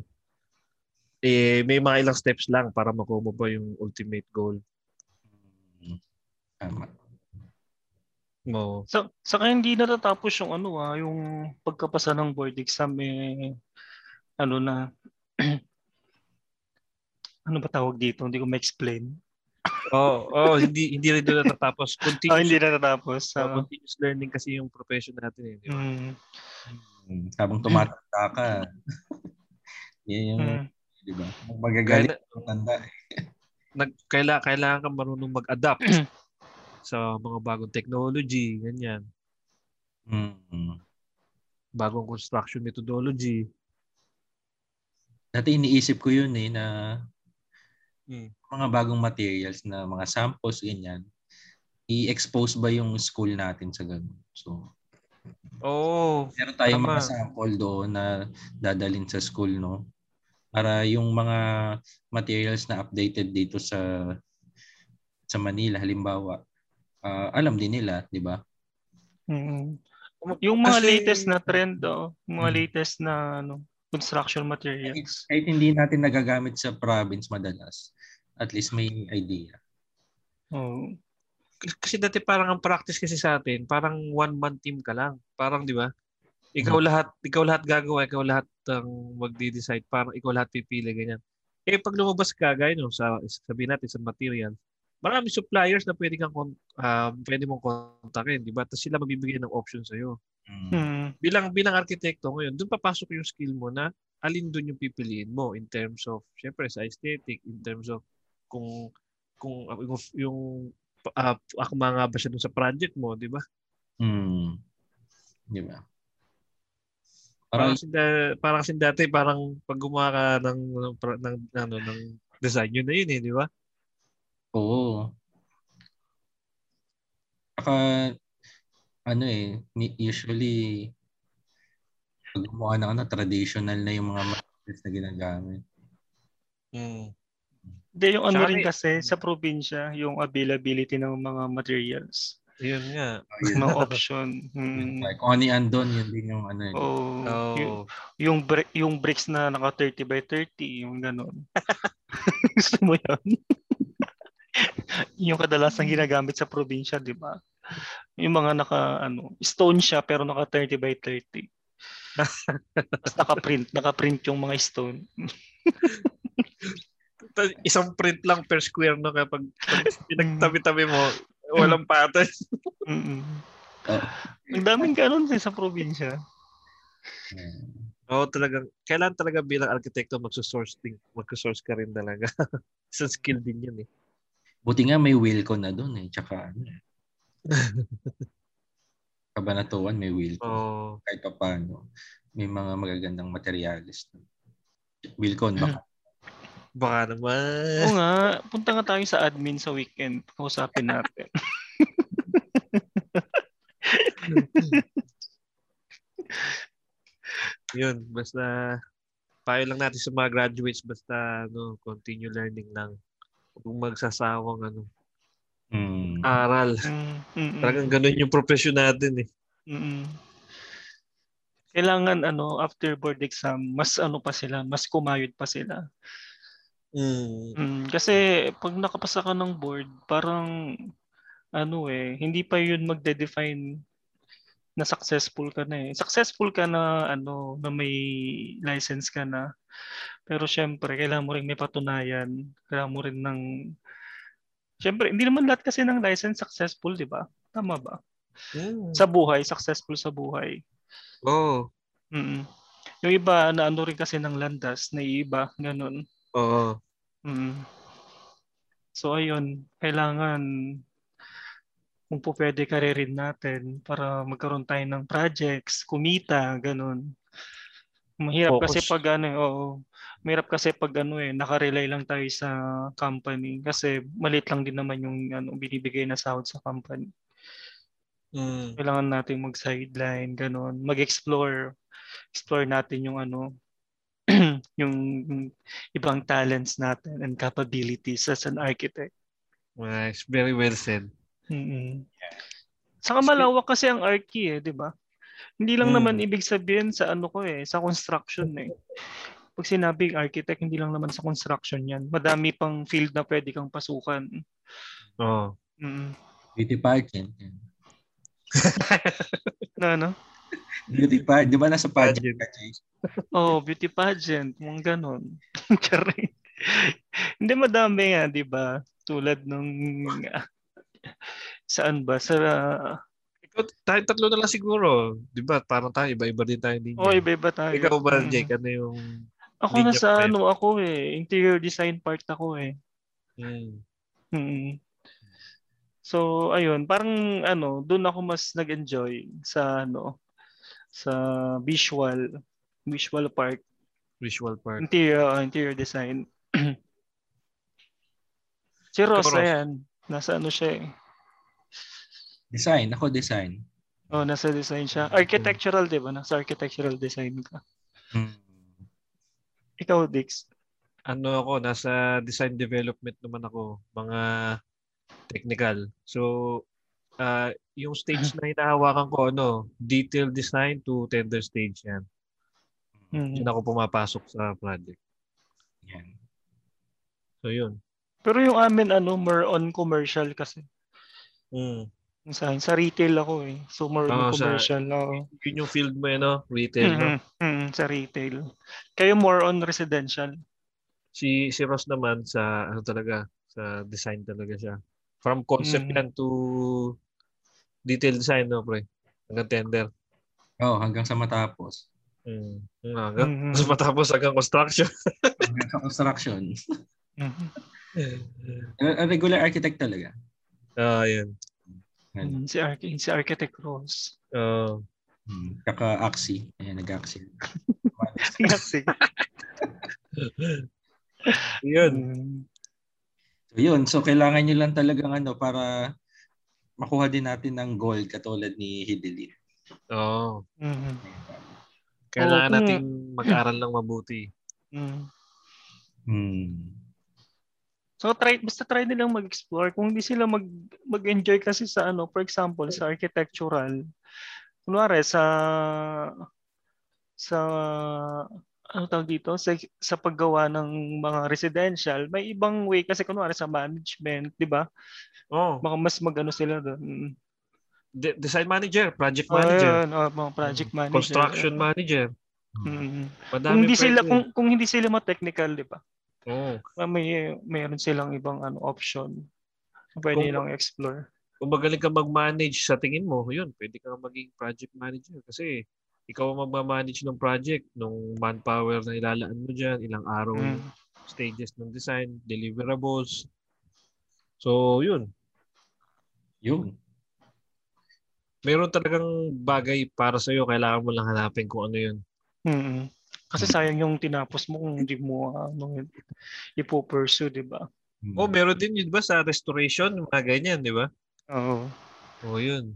eh, may mga ilang steps lang para makuha mo pa yung ultimate goal Tama. mo. So, saka hindi natatapos yung ano ah, yung pagkapasa ng board exam eh, ano na, ano ba tawag dito? Hindi ko ma-explain. Oo. Oh, hindi, hindi rin doon natatapos. Oh, Continuous, hindi Ah. natatapos. oh, So, continuous learning kasi yung profession natin. Eh, di ba? mm, Hmm, Habang tumatanda ka. yan yung, mm. di ba? Hmm. Ang Kaya, magagaling na- ang tanda. eh. nag, kaila, kailangan kang marunong mag-adapt sa mga bagong technology, ganyan. Hmm. Bagong construction methodology. Dati iniisip ko yun eh na Hmm. mga bagong materials na mga samples ganyan. I-expose ba yung school natin sa ganun? So, Oo. Oh, meron tayong Tama. mga sample doon na dadalhin sa school, no? Para yung mga materials na updated dito sa sa Manila halimbawa, ah, alam din nila, 'di ba? Mm. Yung mga Kasi- latest na trend, oh, yung mga Mm. latest na ano, construction materials. Kahit hindi natin nagagamit sa province madalas, at least may idea. Oh. kasi dati parang ang practice kasi sa atin, parang one man team ka lang. Parang 'di ba? Ikaw lahat, ikaw lahat gagawa, ikaw lahat ang magde-decide, parang ikaw lahat pipili ganyan. Eh pag lumabas ka gaya no, sa sabihin natin sa material, marami suppliers na pwede kang kon- ah, pwede mong kontakin, 'di ba? Tapos sila magbibigay ng option sa iyo. Mm. Mm. Bilang bilang arkitekto ngayon, doon papasok yung skill mo na alin doon yung pipiliin mo in terms of syempre sa aesthetic, in terms of kung kung uh, yung, yung uh, akma nga ba siya dun sa project mo, di ba? Hmm. Di ba? Parang Parang, kasi, da- parang kasi dati parang pag gumawa ka ng ng, ng ano ng design yun na yun eh, di ba? oo. Saka, ano eh, ni- usually, pag gumawa na ako na, traditional na yung mga materials na ginagamit. Mm. Hindi, yung ano Tsaka rin may- kasi sa probinsya, yung availability ng mga materials, Yun nga. mga option. Mm. Like, on and andon, yun din yung ano eh. Oh, Yung, Oh. yung, bri- yung bricks na naka 30 by 30, yung ganun. Gusto mo yun? yung kadalasang ginagamit sa probinsya, di ba? Yung mga naka, ano, stone siya pero naka 30 by 30. Tapos naka-print, naka-print yung mga stone. Ta- Isang print lang per square no kapag pag pinagtabi-tabi mo, walang pattern. Mm-mm. Oh. Ang daming ganun din sa probinsya. Oo, talagang kailan talaga bilang arkitekto magso-source din, magso-source ka rin talaga. Isang skill din yun eh. Buti nga may Wilco na doon eh. Tsaka ano eh. Kabanatuan may Wilco. Oo. Kahit pa paano. May mga magagandang materialis. doon. Wilcon, baka. Baka naman. Oo nga, punta nga tayo sa admin sa weekend. Kausapin natin. Yun, basta payo lang natin sa mga graduates basta ano, continue learning lang. Kung magsasawang ano, Hmm. Ah, aral. Mm, mm-mm. Talagang ganun yung profession natin eh. Mm. Kailangan ano after board exam mas ano pa sila, mas kumayod pa sila. Mm. Mm, kasi pag nakapasa ka ng board, parang ano eh, hindi pa 'yun magde-define na successful ka na eh. Successful ka na ano na may license ka na. Pero syempre, kailangan mo rin may patunayan. Kailangan mo rin ng Syempre, hindi naman lahat kasi ng license successful, 'di ba? Tama ba? Sa buhay, successful sa buhay. Oo. Mm. Yung iba na ano rin kasi ng landas, na iba, ganun. Oo. Mm. So ayun, kailangan kung po pwede karirin natin para magkaroon tayo ng projects, kumita, ganun. Mahirap Focus. kasi pag ano, eh, oo. Mahirap kasi pag ano eh, nakarely lang tayo sa company kasi maliit lang din naman yung ano, binibigay na sahod sa company Mm. kailangan natin mag-sideline, ganun. Mag-explore. Explore natin yung ano, yung ibang talents natin and capabilities as an architect. Nice. Very well said. Mm-mm. Saka malawak kasi ang archi eh, di ba? Hindi lang Mm. naman ibig sabihin sa ano ko eh, sa construction eh. Pag sinabing architect, hindi lang naman sa construction yan. Madami pang field na pwede kang pasukan. Oo. Mm-mm. Beauty pageant. Na, ano? Beauty pageant. Di ba nasa pageant Pageant. ka, Jake? Oh, beauty pageant, mga ganun. Charing. Hindi madami nga, 'di ba? Tulad nung saan ba sa Ikaw, tayo tatlo na lang siguro. Di ba? Parang tayo, iba-iba din tayo din. oh, iba-iba tayo. Hmm. Ikaw ba, Mm. Jake? Ano yung... Ako Linya na pa sa yun? ano ako eh, interior design part ako eh. Mm. Mm. So, ayun, parang ano, doon ako mas nag-enjoy sa ano sa visual visual part, Visual Hmm. part. interior ah, interior design. si Ross, Ikaw, Ross. ayan, nasa ano siya eh. Design. Ako, design. Oh, nasa design siya. Architectural, di ba? Nasa architectural design ka. Hmm. Ikaw, Dix. ano ako, nasa design development naman ako, mga technical. So, ah yung stage na hinahawakan ko, ano, detail design to tender stage yan. Mhm. Yun ako pumapasok sa project. Hmm. Yan. So, yun. Pero yung amin, ano, more on commercial kasi. Mm. Yung Sa, sa retail ako eh. So, more on Oo, Ah, sa- commercial. oo. Yun yung field mo, ano, retail. no? Mhm. Mhm, sa retail. Kayo more on residential. Si, si Ross naman sa, ano talaga, sa design talaga siya. From concept Mm. yan to detail design, no, pre? Hanggang tender. Oh, hanggang sa matapos. Mm. Hanggang, Mhm. Tapos matapos hanggang construction. Hanggang sa construction. Mhm. A- a regular architect talaga. Ah, yun. Mm, Si, Arch- si Architect Rose. Ah, Hmm. Kaka axi. Ayan, nag-axi. Kasi. yun. Mm, So yun, so kailangan nyo lang talagang ano para makuha din natin ng goal katulad ni Hidelin. Oo. mhm, Oh, Oo, Kailangan kung- nating mag-aral ng mabuti. mm. Hmm. So try basta try nilang mag-explore kung hindi sila mag mag-enjoy kasi sa ano, for example, sa architectural. Kunwari sa sa ano tawag dito sa, sa paggawa ng mga residential, may ibang way kasi kunwari sa management, 'di ba? Oh, Baka mas magano sila doon. de- design manager, project manager, Mm. Manager, oh, mga project manager. construction manager. Hmm. Mm. Madami Oh, Kung hindi pwede. sila kung, kung hindi sila ma-technical, 'di ba? Oo. May mayroon silang ibang ano option. Pwede Kung- nilang explore. kung magaling ka mag-manage sa tingin mo, yun, pwede ka maging project manager kasi ikaw ang magmamanage ng project, ng manpower na ilalaan mo dyan, ilang araw, Mm. yung stages ng design, deliverables. So, yun. Yun. Meron talagang bagay para sa'yo, kailangan mo lang hanapin kung ano yun. mm Kasi sayang yung tinapos mo kung hindi mo ano, ipo-pursue, di ba? Hmm. Oh, meron din yun di ba sa restoration, yung mga ganyan, di ba? Oo. Oh, yun.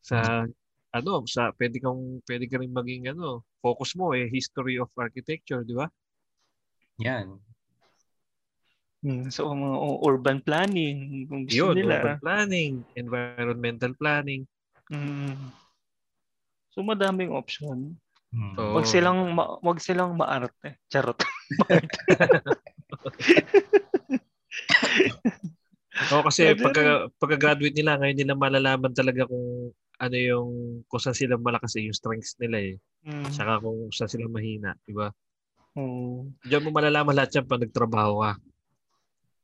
Sa ano, sa pwede kang pwede ka rin maging ano, focus mo eh history of architecture, di ba? Yan. Mm, So, mga u- urban planning, kung gusto Yun, urban nila. planning, environmental planning. Mm. So, madaming option. Hmm. Oo. Wag silang, ma- wag silang maarte. Charot. Oo, kasi Pwede pagka, pagka-graduate nila, ngayon nila malalaman talaga kung ano yung kung saan sila malakas eh, yung strengths nila eh. Mm. Tsaka kung saan sila mahina, di ba? Oo. Diyan mo malalaman lahat yan pag nagtrabaho ka.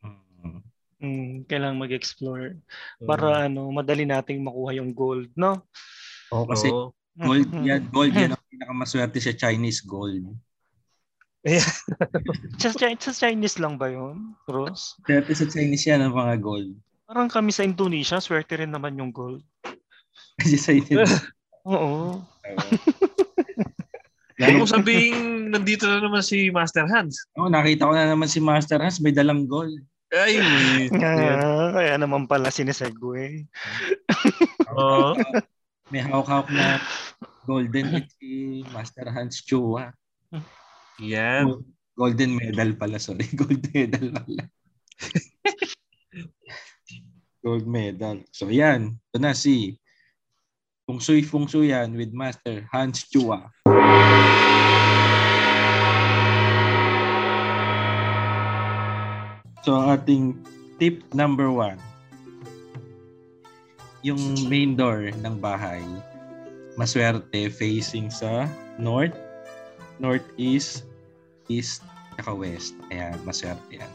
Hmm. Mm, kailangan mag-explore Mm. para ano madali nating makuha yung gold, no? Oo, kasi Oo. gold yan. Gold yan ang pinakamaswerte sa Chinese gold. Sa, Chi- sa Chinese lang ba 'yon? Ross? Swerte sa Chinese yan ang mga gold. Parang kami sa Indonesia, swerte rin naman yung gold. Kasi sa inyo. Oo. Huwag Lalo mong sabihing nandito na naman si Master Hans. Oh, nakita ko na naman si Master Hans may dalang gold. Ay, wait. Kaya, Ah, kaya naman pala eh. sinesegue. Oo. May hawak-hawak na golden hit si Master Hans Chua. Yan. Golden medal pala, sorry. Gold medal pala. Gold medal. So yan, ito na si Feng Shui Feng Shui yan with Master Hans Chua. So ang ating tip number one, yung main door ng bahay, maswerte facing sa north, northeast, east, naka west. Ayan, maswerte yan.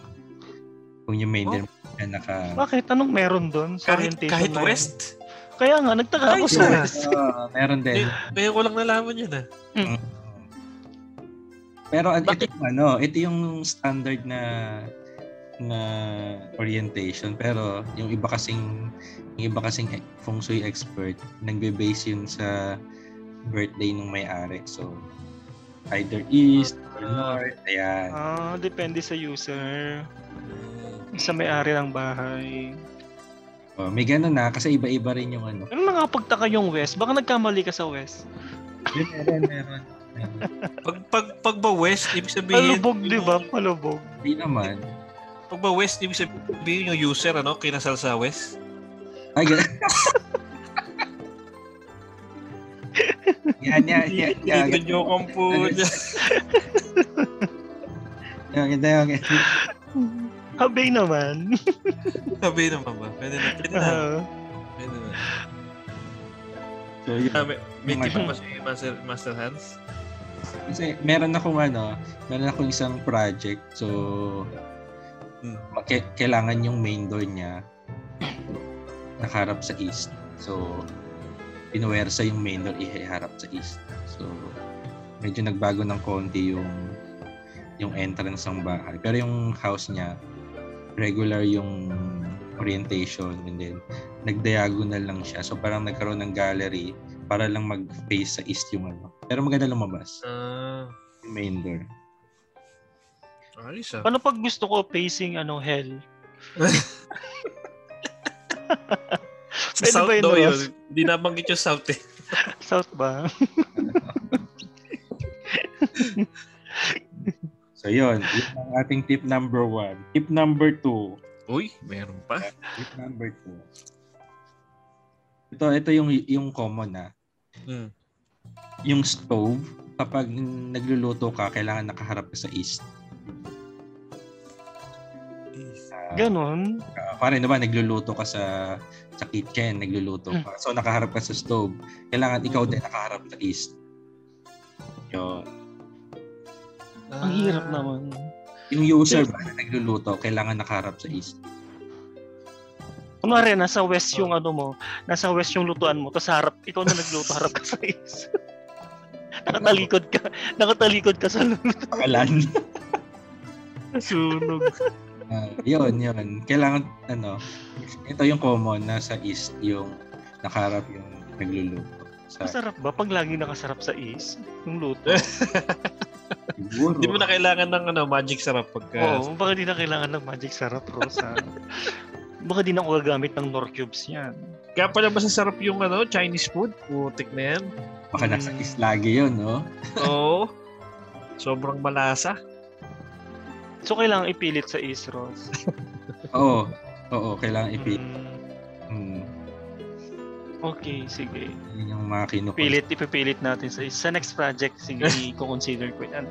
Kung yung main door na naka... Bakit? Anong meron doon? Sa Kahit, orientation kahit na yun? West. Kaya nga, nagtaka ako Kahit sa west. west. Ah, meron din. Ngayon ko lang nalaman yun ah. Pero an- ito yung ano, ito yung standard na na orientation pero yung iba kasing yung iba kasing e- feng shui expert nagbe-base yun sa birthday ng may-ari. So either east or north. Ayan. Ah, depende sa user. Sa may-ari ng bahay. Oh, may ganun na kasi iba-iba rin yung ano. Ano nakapagtaka yung west? Baka nagkamali ka sa west. Yun, meron, meron. meron. Pag, pag, pag ba West, Ano ibig sabihin... Palubog, di ba? Palubog. Hindi naman. Pag ba West, ibig sabihin yung user, ano, kinasal sa West? Ay, ganun. yan, yan, yan, yan. Dito nyo Ano kampun. Yan, yan, yan, yan. Habay naman. Sabi naman ba? Pwede na, pwede na. Ah, Pwede na. So, yun. Ah, may, may Yung tip ano. pa si Master, Master Hans? Kasi meron akong ano, meron akong isang project. So, Hmm. ke- kailangan yung main door niya nakaharap sa east. So, pinuwersa yung main door iharap sa east. So, medyo nagbago ng konti yung yung entrance ng bahay. Pero yung house niya, regular yung orientation and then nag-diagonal lang siya. So parang nagkaroon ng gallery para lang mag-face sa east yung ano. Pero maganda lumabas. Ah, Yung main door. ayos ah. Ano pag gusto ko facing ano hell? Pwede Sa south ba yun, daw Ross? yun. Hindi nabanggit yung south eh. South ba? So yun, yun ang ating tip number one. Tip number two, Uy, meron pa. Tip number two. Ito, ito yung, yung common na. Hmm. Yung stove, kapag nagluluto ka, kailangan nakaharap ka sa east. Ah, Ganon. Ah, parang naman nagluluto ka sa sa kitchen, nagluluto ka. So nakaharap ka sa stove. Kailangan ikaw din nakaharap sa east. Yun. Ah. Ang hirap naman. Yung user ba na nagluluto, kailangan nakaharap sa east. Kunwari, nasa west yung Ah. ano mo, nasa west yung lutuan mo, tapos harap, ikaw na nagluto, harap ka sa is. nakatalikod ka, nakatalikod ka sa lutuan. Pakalan. Sunog. Ah, yun, yun. Kailangan, ano, ito yung common, nasa east yung nakaharap yung nagluluto. Sa, Masarap ba pag lagi nakasarap sa is? Yung luto? siguro. Hindi mo na kailangan ng ano, magic sarap pagka... Oo, baka di na kailangan ng magic sarap, Rosa. baka di na ako gagamit ng nor cubes yan. Kaya pala masasarap yung ano, Chinese food. Putik na yan. Baka nasa east lagi yun, no? Oo. Sobrang malasa. So, kailangan ipilit sa is, Ros. Oo. Oo, kailangan ipilit. Mm, Hmm. okay, sige. Yun yung mga kinukonsider. Pilit, ipipilit natin sa is. Sa next project, sige, i-consider ko yan.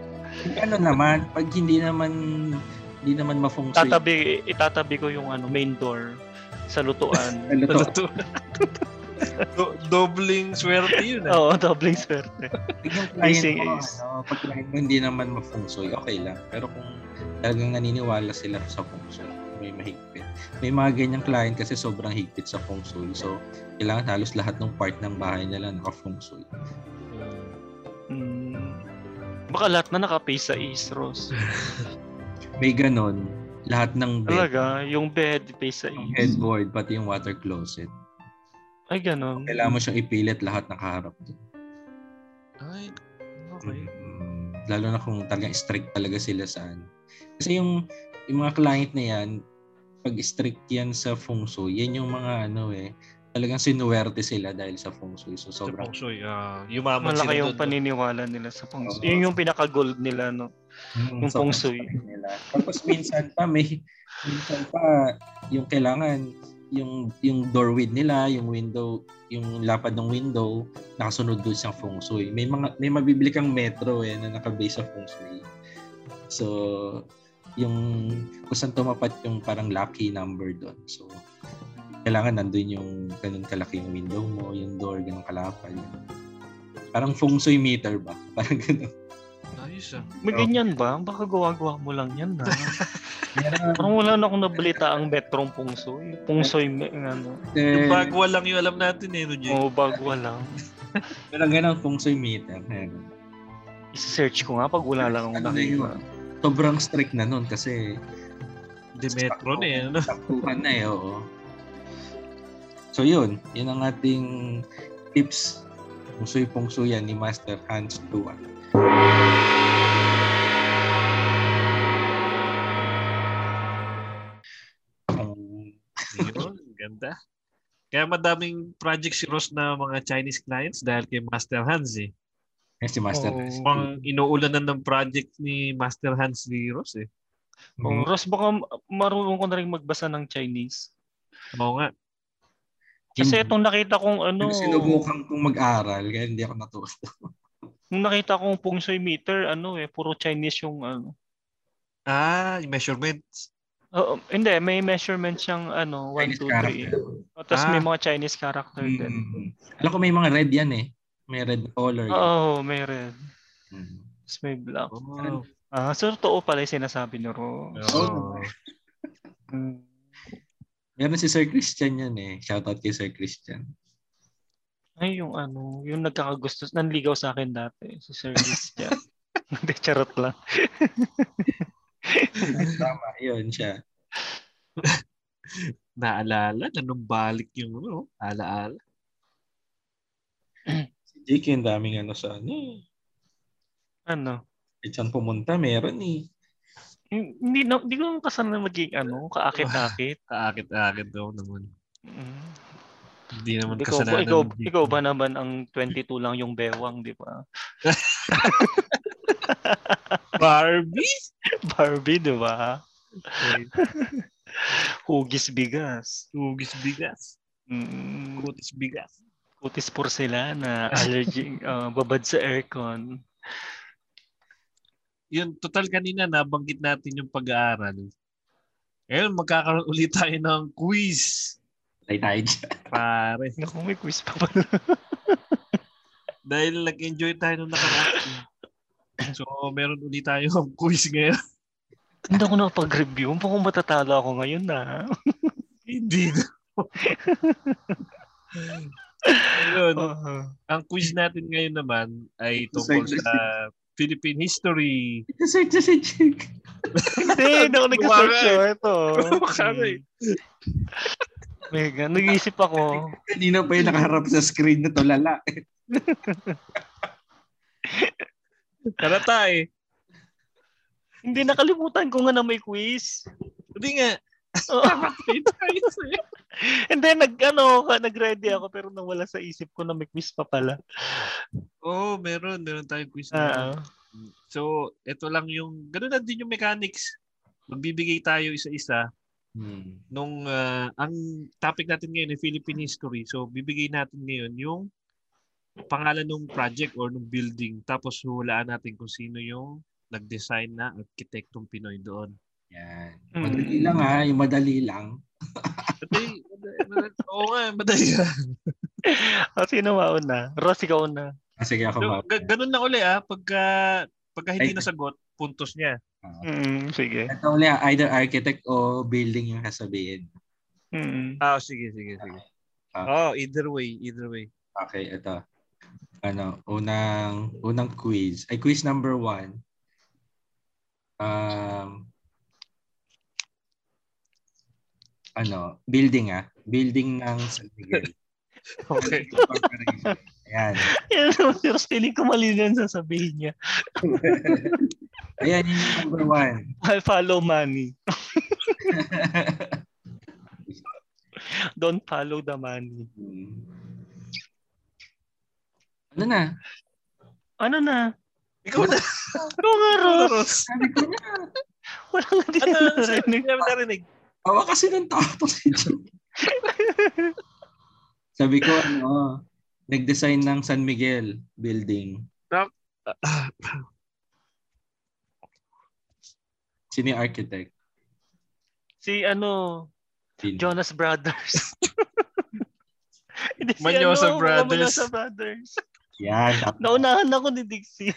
Yung ano naman, pag hindi naman hindi naman ma-feng shui, tatabi itatabi ko yung ano main door sa lutuan. ano to, Luto. Do- Dobling swerte yun ah. Oo, doubling swerte. pag yung client Facing mo, is- ano, pag client mo hindi naman ma-feng shui, okay lang. Pero kung talagang naniniwala sila sa feng shui, may mahigpit. May mga ganyang client kasi sobrang higpit sa feng shui. So, kailangan halos lahat ng part ng bahay nila naka-feng shui. Mm. Baka lahat na naka-face sa east, Rose. May ganun, lahat ng bed, Talaga, yung bed, face sa yung east. headboard, pati yung water closet. Ay, ganun. Kailangan mo siyang ipilit lahat nakaharap doon. Ay, Mm, lalo na kung talagang strict talaga sila sa ano. Kasi yung, yung mga client na yan, pag strict yan sa feng shui, yan yung mga ano eh, talagang sinuwerte sila dahil sa feng shui. So Sa sobrang feng shui, ah, yumaman sila Malaki yung doon. paniniwala nila sa feng shui. Oo. Yun yung pinaka-gold nila, no? Mm, Yung sobrang feng shui. strict nila. Tapos minsan pa may minsan pa yung kailangan yung yung door width nila, yung window, yung lapad ng window nakasunod doon sa feng shui. May mga may mabibili kang metro eh na naka-base sa feng shui. So yung kung saan tumapat yung parang lucky number doon. So kailangan nandun yung ganun kalaki yung window mo, yung door, ganun kalapad. Parang feng shui meter ba? Parang ganun. Ayos ah. May Oo. ganyan ba? Baka gawa-gawa mo lang yan, ha? Meron. Parang wala na akong nabalita ang metrong feng shui. Feng shui, may- ano. oh, Eh, Yung bagwa lang yung alam natin eh, no, Jay? Oo, bago lang. Parang ganun feng shui meter. Ayan. I-search ko nga pag wala lang akong Ano na yun? nakita. Sobrang strict na nun kasi Demetron eh, ano? saktuhan na eh, oo. So yun, yun ang ating tips kung suy pong suyan ni Master Hans Duan. Ang- Yun, ganda. Kaya madaming project si Ross na mga Chinese clients dahil kay Master Hans eh. Yan si Master Oo. Hans. Mukhang inuulanan ng project ni Master Hans ni Ross eh. Mm. Oh, Ross, baka marunong ko na rin magbasa ng Chinese. Oo nga. Kasi Hindi. itong nakita kong ano, Sinubukan kong mag-aral kaya hindi ako natuto. nung nakita kong feng shui meter, ano eh, puro Chinese yung ano. Ah, yung measurements. Oo, oh, hindi, may measurement siyang ano, 1, Chinese 2, 3. character. Tapos eh. Oh, may Ah. mga Chinese character din. Mm. Alam ko may mga red yan eh. May red color. yan. Oo, may red. Mm. Tapos may black. Oh. Ah, so totoo pala yung sinasabi ni Ross. Oh. Mm. Meron si Sir Christian yan eh. Shoutout kay Sir Christian. Ay, yung ano, yung nagkakagusto, nanligaw sa akin dati, si Sir Christian. Hindi, charot lang. Tama, yun siya. Naalala, nanumbalik yung ano, alaala. Si Jake yung daming ano sa ano eh. Ano? Kahit saan pumunta, meron eh. Hindi, na, hindi ko kasana maging ano, kaakit-akit. Kaakit-akit daw naman. Mm. Hindi naman Ikaw, kasalanan. ikaw, ng Jake. ikaw ba naman ang 22 lang yung bewang, di ba? Barbie? Barbie, di ba? Okay. Hugis bigas. Tugis bigas. Mm. Kutis bigas. Kutis porcelana. Allergy. ah, babad sa aircon. Yun, total kanina nabanggit natin yung pag-aaral. Ngayon, magkakaroon ulit tayo ng quiz. Patay tayo dyan. Pare. Naku, may quiz pa pala. Dahil nag-enjoy tayo nung nakaraan. So, meron ulit tayo ng quiz ngayon. Hindi ako nakapag-review. Mukhang matatalo ako ngayon ah. na. Hindi na. Ayun, ang quiz natin ngayon naman ay tungkol sa Philippine history. Ito search na si Jake. Hindi, hindi ako nag-search oh, Baka yun. Ito. Baka eh. Mega, nag-iisip ako. Kanina pa yung nakaharap sa screen na tulala. Karata eh. Hindi, nakalimutan ko nga na may quiz. Hindi nga. Oo. Patay tayo sa'yo. Hindi, nag, ano, ka- nag-ready ako pero nawala sa isip ko na may quiz pa pala. Ah, Oo, oh, meron. Meron tayong quiz na. Oo. So, ito lang yung, ganun na din yung mechanics. Magbibigay tayo isa-isa Hmm. nung ah, ang topic natin ngayon ay Philippine history. So, bibigay natin ngayon yung pangalan ng project or ng building tapos hulaan natin kung sino yung nag-design na arkitektong Pinoy doon. Yan. Mm. Madali lang ha, yung madali lang. Madali, madali, madali. Oo nga, madali. O, ah, sino mauna? Ross, ikaw na. Ah, sige ako So, ba? ga- ganun na uli ah. Pagka, pagka hindi Ay. nasagot, puntos niya. Mm, sige. Ito uli, ah, either architect o building yung kasabihin. Mm. Ah, sige, sige, sige. Oh, Ah. either way, either way. Okay, ito. Ano, unang unang quiz. Ay, quiz number one. Um, ano, building ah. Building ng San Miguel. Okay. Corporation. Ayan. Yan naman, Ross, feeling ko mali na yung sasabihin niya. Ayan, yun yung number one. I follow money. Don't follow the money. Hmm. ano na? Ano na? Ikaw na, Ikaw nga, Ross. Ross. Sabi ko na. Wala nga din Ano, ako ano, sabi narinig. namin narinig? Tawa kasi ng tapo si Joe. Sabi ko, ano, nag-design ng San Miguel building. Sino yung architect? Si ano, Sino? Jonas Brothers. Hindi si Manyosa mga Brothers. Manyosa Brothers. Yan. tama. Naunahan ako ni Dixie.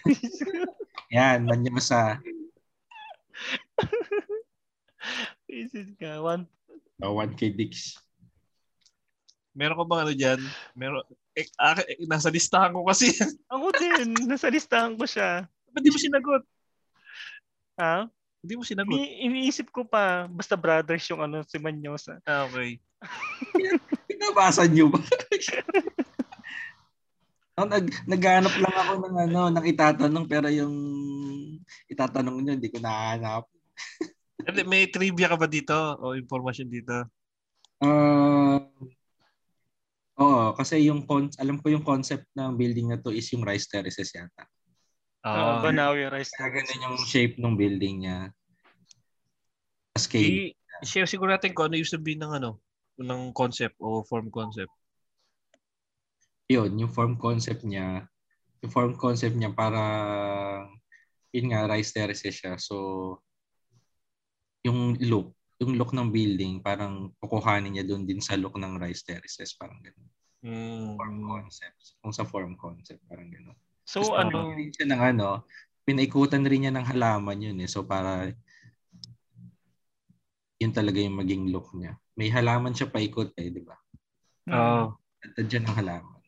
Yan, Manyosa. Isis ka. One. Oh, 1K Dix. Meron ko bang ano dyan? Meron, eh, ak- eh, nasa listahan ko kasi. Ako din. Nasa listahan ko siya. Ba't di mo sinagot? Ha? Hindi mo sinagot. Ini- iniisip ko pa. Basta brothers yung ano, si Manyosa. Ah, okay. Pinabasa niyo ba? oh, nag naghanap lang ako ng ano, ng itatanong pero yung itatanong niyo hindi ko nahanap. Hindi, May trivia ka ba dito? O information dito? Ah, Oo, kasi yung con- alam ko yung concept ng building na to is yung rice terraces yata. Uh, Ah, Banawi Rice. Kaya ganun yung shape ng building niya. Scale. i- share siguro natin kung ano yung sabihin ng ano ng concept o form concept. yun, yung form concept niya, yung form concept niya parang, yun nga, rice terraces siya. So, yung look, yung look ng building, parang kukuhanin niya doon din sa look ng rice terraces. Parang ganun. Mm. Form concept. Kung sa form concept, parang ganun. So ano, Rin siya ng ano, pinaikutan rin niya ng halaman yun eh. So, para yun talaga yung maging look niya. May halaman siya paikot eh, di ba? Ah. Tadya ng halaman.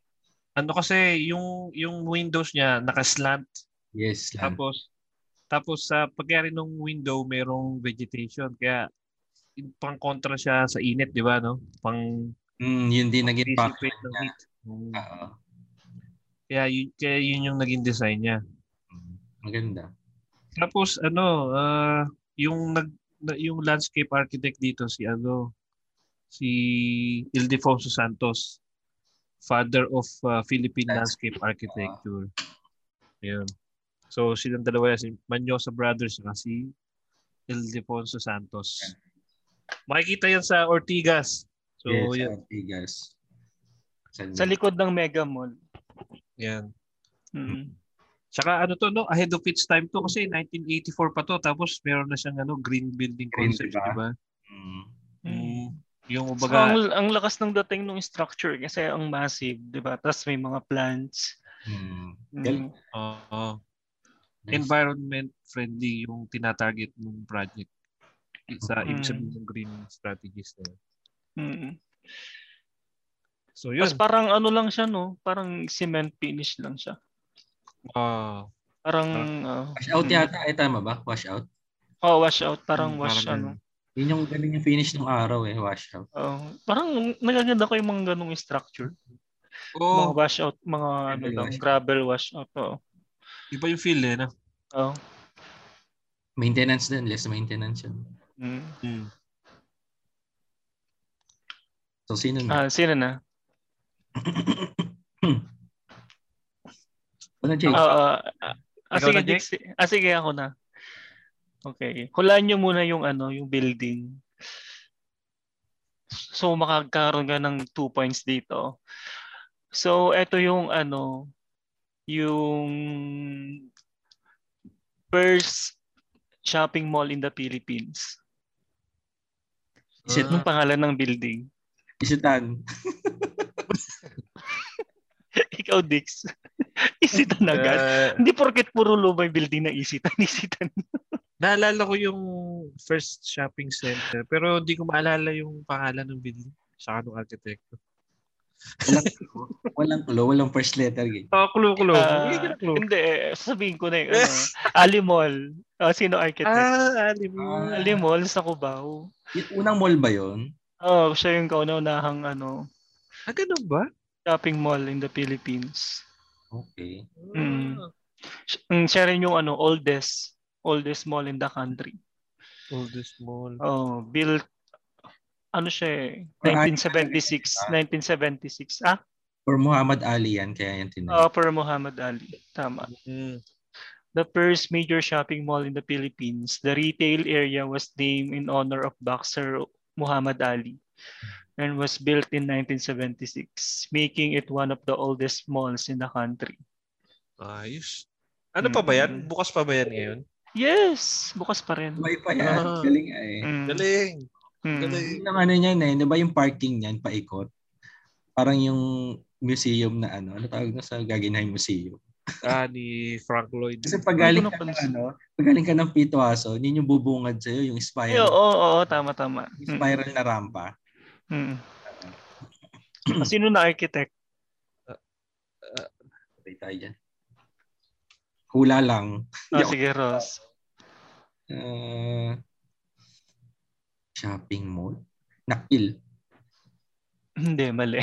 ano kasi yung yung windows niya naka-slant Yes, lang. tapos Tapos sa pagkari ng window, merong vegetation. Kaya pang kontra siya sa init, di ba? No? Pang Mm, yun din naging factor dissipate ng niya. oh. heat. Mm. Oo. Kaya, yun, kaya yun yung naging design niya. Mm, Maganda. Tapos ano, ah, yung nag na- yung landscape architect dito si ano si Ildefonso Santos, father of ah, Philippine landscape architecture. Ayun. So silang dalawa yan, si Manyosa Brothers at si Ildefonso Santos. Makikita yan sa Ortigas. So yes, ah, yan, Ortigas. Sa likod ng Mega Mall. yan. Mm. Tsaka ano to no, ahead of its time to kasi 1984 pa to tapos meron na siyang ano green building Green, concept, diba? di ba? Mm. Mm. Yung So, ubaga, ang, ang lakas ng dating ng structure kasi ang massive, di ba? Tapos may mga plants. Mm. Mm. oo. Nice. environment friendly yung tinatarget ng project sa Mm. ibig sabihin ng green strategies na yun. Mm. So yun. Tapos parang ano lang siya, no? Parang cement finish lang siya. Ah, Parang, Wash out Mm. yata. Ay, tama ba? Wash out. ah, oh, wash out. Parang Mm, wash, parang ano. Yun yung galing yung finish ng araw eh. Wash out. Oh, parang nagaganda ko yung mga ganong structure. Mga oh, wash out, mga ano Gravel lang, wash. gravel wash out. Oo. iba yung feel eh. Na? Oh. Maintenance din. Less maintenance yun. Mm. So, sino Hmm. na? Ah, sino na? Ano, Jake? Ah, ah, ah, Ikaw sige, na, Jake? Jake, si- ah, sige, ako na. Okay. Hulaan nyo muna yung ano, yung building. So, makakaroon ka ng two points dito. So, eto yung ano, yung first shopping mall in the Philippines. Is it- Anong pangalan ng building? Isitan. Ikaw, Dix. Isitan agad. Ah, Hindi porket puro lumay building na isitan, isitan. naalala ko yung first shopping center pero hindi ko maalala yung pangalan ng building sa anong architect. Walang, walang clue. Walang first letter. Eh. Oh, clue, clue. Ah, Hindi ka clue. Hindi, eh, sasabihin ko na yung ano, Ali Mall. Ah, sino architect? Ah, alam mo. Ah, Ali Mall sa Cubao. yung unang mall ba yun? Oh, siya yung kauna-unahang ano, Ah, ganun ba? shopping mall in the Philippines. Okay. Mm. Si- mm, Siya rin yung ano, oldest oldest mall in the country. Oldest mall. Oh, built ano siya eh, Or 1976, 1976. Ah, Or Muhammad Ali yan. Kaya yan tinanong. oh, for Muhammad Ali. Tama. Mm. The first major shopping mall in the Philippines, the retail area was named in honor of boxer Muhammad Ali and was built in 1976, making it one of the oldest malls in the country. Ayos. Ano pa ba yan? Mm. Bukas pa ba yan ngayon? Yes, bukas pa rin. May pa yan. Ah. Galing nga eh. Mm, Galing. mm. galing. Yung ano niyan eh, di ba yung parking niyan paikot? Parang yung museum na ano, ano tawag na sa Guggenheim Museum. Ah, ni Frank Lloyd. Kasi pag Hindi galing ko ka ng napansin. ano, pag galing ka ng Pituaso, yun yung bubungad sa'yo, yung Ay, spiral, oo, oo, oo, tama, tama. yung Mm, spiral na rampa. mm. Ah, Sino na architect? Patay tayo dyan. Hula lang. Oh, Hindi ako- sige, Ross. Ah, shopping mall? Nakil. Hindi, mali.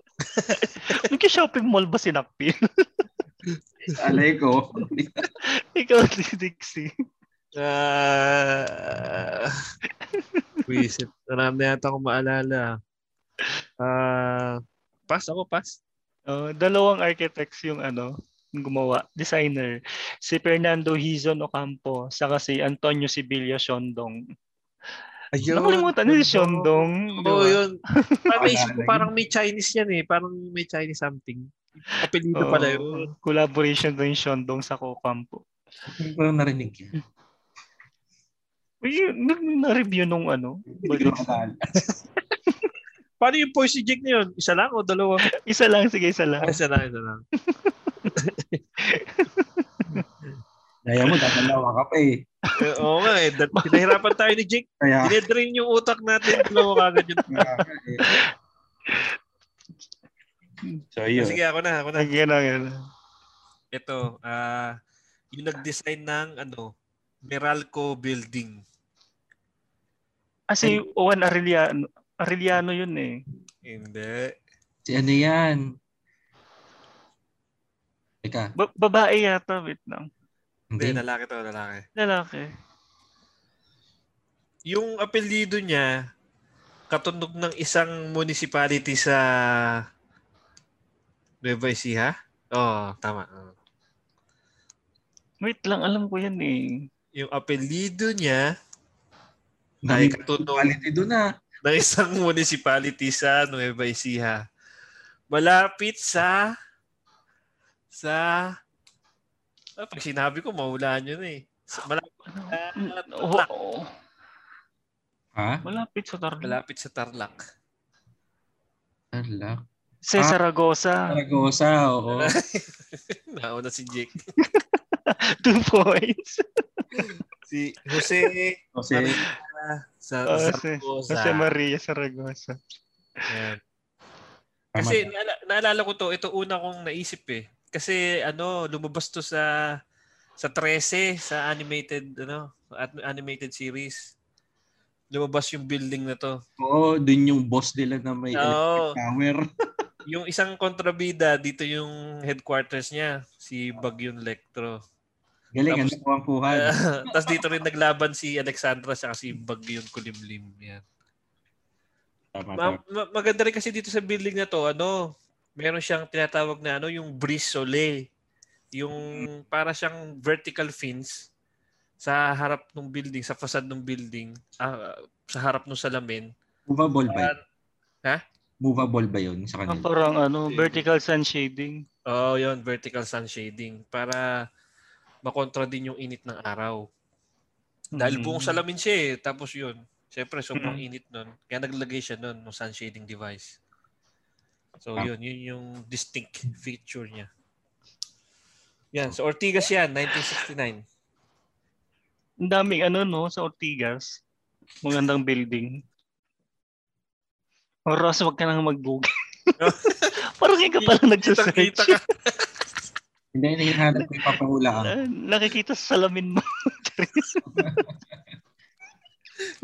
Nagka-shopping mall ba si Nakpil? Alay ko. Ikaw, Dixie. Ah. Wisit. Alam na yata kung maalala. Ah, pass ako, pass. Oh, dalawang architects yung ano, yung gumawa, designer. Si Fernando Hizon Ocampo, saka si Antonio Sibilio Shondong. Nakalimutan niyo si Shondong. di Oo, oh, ba? yun. Parang, Wala isip ko, na yun. parang may Chinese yan eh. Parang may Chinese something. Apelido Oo, pala yun. Collaboration doon yung Shondong sa Ocampo. Hindi ko narinig yan. Uy, nag- na-review nung ano. Hindi ko maalala. Paano yung poise ni Jake na yun? Isa lang o dalawa? Isa lang, sige, isa lang. Ah, isa lang, isa lang. Daya mo, dadalawa ka pa eh. Eh, Oo nga eh. Dat- Pinahirapan tayo ni Jake. Kaya, Dinedrain yung utak natin. Dalawa kagad yun. kaya ka eh. So, yun. Sige, ako na. Ako na. Sige na, ganun. Ito, ah Yung nag-design ng ano, Meralco Building. Ah, si Juan Arellano, Arellano yun eh. Hindi. Si ano yan? Teka, Ba- babae yata, wait lang. Hindi, hindi. lalaki to, lalaki. Lalaki. Yung apelyido niya, katunog ng isang municipality sa Nueva Ecija. Oo, oh, tama. Oo. Wait lang, alam ko yan eh. Yung apelyido niya ay Dami katunog quality doon ah. ng isang municipality sa Nueva Ecija. Malapit sa sa ah, pag sinabi ko maulan yun eh. Sa- Malapit Ano? sa Oo. Tarlac. Ha? Malapit sa Tarlac. Malapit sa Tarlac. Tarlac. Sa Ah. Saragossa. Saragosa, oo. Nauna si Jake. Two points. Si Jose Kasi, Maria sa Oh, si- Zaragoza. Jose Maria Saragossa. Ayan. Kasi naala- naalala ko to, ito una kong naisip eh. Kasi ano, lumabas to sa sa 13 sa animated ano, at- animated series. Lumabas yung building na to. oo, dun yung boss nila na may Oo. electric tower. Yung isang kontrabida, dito yung headquarters niya, si Bagyong Electro. Galing, ang Tapos- nakuha Tapos dito rin naglaban si Alexandra sa si Bagyong Kulimlim. Yan. Tama, Ma- tama. ma- maganda rin kasi dito sa building na to, ano, meron siyang tinatawag na ano, yung brisole. Yung para siyang vertical fins sa harap ng building, sa facade ng building, ah, sa harap ng salamin. Movable ba yun? Para- Movable ba yun sa Ah, kanila? parang ano, vertical sun shading. Oo, oh, yun, vertical sun shading para makontra din yung init ng araw. Dahil Mm. buong salamin siya eh, tapos yun. Siyempre, sobrang Mm. init nun. Kaya naglagay siya nun ng sun shading device. So Ah. yun, yun yung distinct feature niya. Yan, so Ortigas yan, 1969. Ang daming ano no, sa Ortigas. Magandang building. O Ross, huwag ka nang mag-google. parang ikaw pala nagsasearch. Kita ka. Hindi, hinahanap ko yung papahulaan. Ah, nakikita sa salamin mo.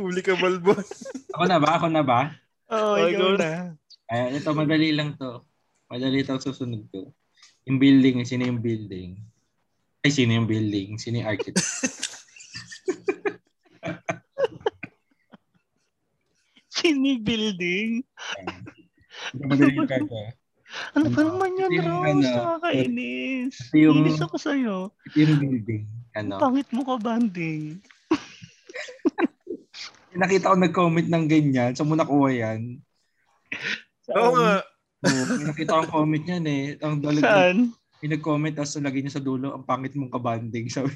Huli ka, Balbon. Ako na ba? Ako na ba? Oh, Oh, ikaw God. na. Ayan, ito, madali lang to. Madali itong susunod ko. Yung building, sino yung building? Ay, sino yung building? Sino yung architect? Sini building. Ayan. Ito, madali yung kaya. Ano ba Ano? naman yan, Ito yung Ross? ano, Nakakainis. ito yung- Inis ako sa'yo. Ito yung building. Ano? Pangit mo ka, banding. Nakita ko nag-comment ng ganyan. Saan mo nakuha yan? Oo nga. Oo, may nakita ko ang comment niyan eh. Ang dalag Saan? yung nag-comment tapos nalagay niya sa dulo, ang pangit mong kabanding. Sabi,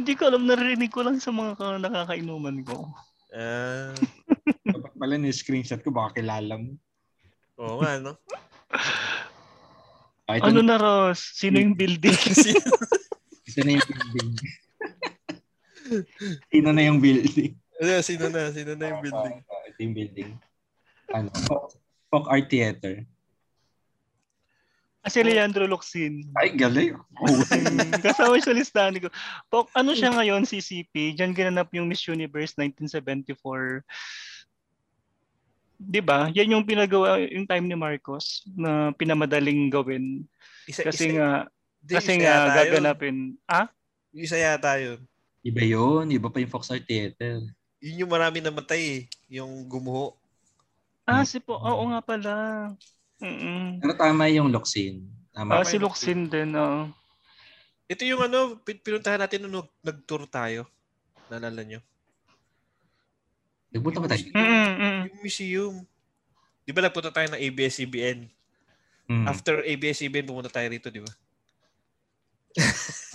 Hindi ko alam, narinig ko lang sa mga ka- nakakainuman ko. Ah, kapag pala ni-screenshot ko, baka kilala mo. oo nga, no? Ah, ito, Ano na, na, Ross? Sino yung building? Kasi, ito na yung building. ito na yung building. ano, sino na? Sino na yung building? Ah, ito yung building. Ano? Folk, folk art theater. Kasi Ah, Leandro Locsin. Ay, galing. Oh, Kasama siya sa listahan ko. Pok, ano siya ngayon, CCP? Diyan ginanap yung Miss Universe 1974. Di ba? Yan yung pinagawa yung time ni Marcos na pinamadaling gawin. Isa, Kasi isa- nga, hindi, kasi isa nga yata yun. gaganapin. Ah? Isa yata yun. iba yun. Iba pa yung folk art theater. Yun yung marami namatay eh. Yung gumuho. Ah, si po. Oo nga pala. Mm-mm. Pero tama yung Loxin. Tama. Ah, si Luxin din. oo. Ito yung ano, pin- pinuntahan natin nung nag- nag-tour tayo. Naalala nyo? Nagpunta ba tayo? Mm-mm, mm-mm. Yung museum. Di ba nagpunta tayo ng ABS-CBN? Hmm. After ABS-CBN, pumunta tayo rito, di ba?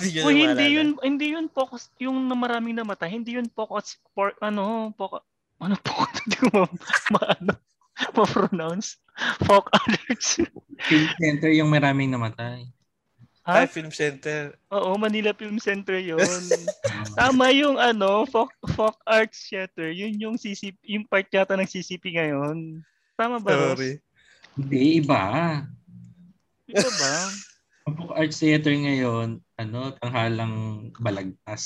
Hindi Uy, nyo na hindi maalala. yun, hindi yun focus, yung na maraming namatay, hindi yun focus, for, ano, focus, ano po, hindi ko ma, ma, ano, ma-pronounce. Folk arts. Film center yung maraming namatay. Thai Ha? Film Center. Oo, Manila Film Center yun. Tama yung ano, folk, folk arts theater. Yun yung CCP, yung part yata ng CCP ngayon. Tama ba, Ross? Sorry. Hindi, iba. Iba ba? Ang Book Arts Theater ngayon, ano, tanghalang balagtas.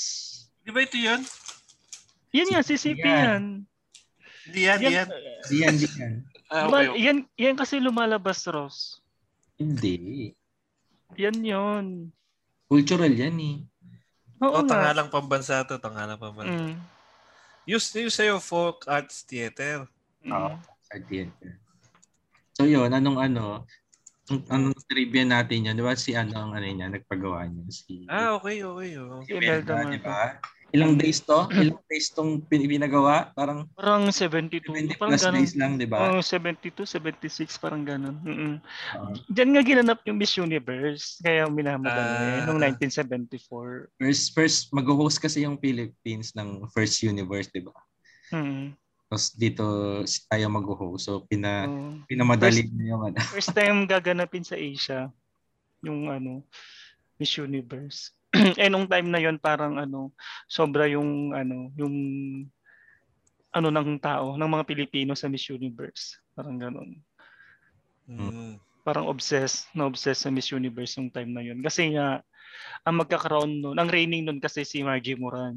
Di ba ito yun? Yan yan, CCP Yan. yan. Di yan, di yan. Di yan, di yan. Ah, Luma- okay, okay. yan. Yan kasi lumalabas, Ross. Hindi. Yan yon. Cultural yan eh. Oo Oh, nga. tangalang pambansa to, tangalang pambansa. Mm, Used to sa'yo folk arts theater. mm. Ah, Oo. Sa theater. So yun, anong ano, ang, ang trivia natin yun, di ba si ano ang ano niya, nagpagawa niya? Si, Ah, okay, okay. Oh. si si Imelda Imelda, Marcos. di ba? Ilang days to? Ilang days tong pin- pinagawa? Parang Parang 72. 70 Parang plus ganun. days lang, di ba? Oh, 72, 76, parang ganun. Mm-mm. Oo. Diyan nga ginanap yung Miss Universe. Kaya minamagal Ah. noong 1974. First, first, mag-host kasi yung Philippines ng First Universe, di ba? Mm. Tapos dito si- tayo mag-host. So pina, Oo. pinamadali na yung ano. First time gaganapin sa Asia yung ano Miss Universe. eh nung time na yon parang ano sobra yung ano yung ano ng tao ng mga Pilipino sa Miss Universe. Parang ganun. Mm. Parang obsessed na obsessed sa Miss Universe yung time na yon kasi nga ang magkakaroon nun, ang reigning nun kasi si Margie Moran.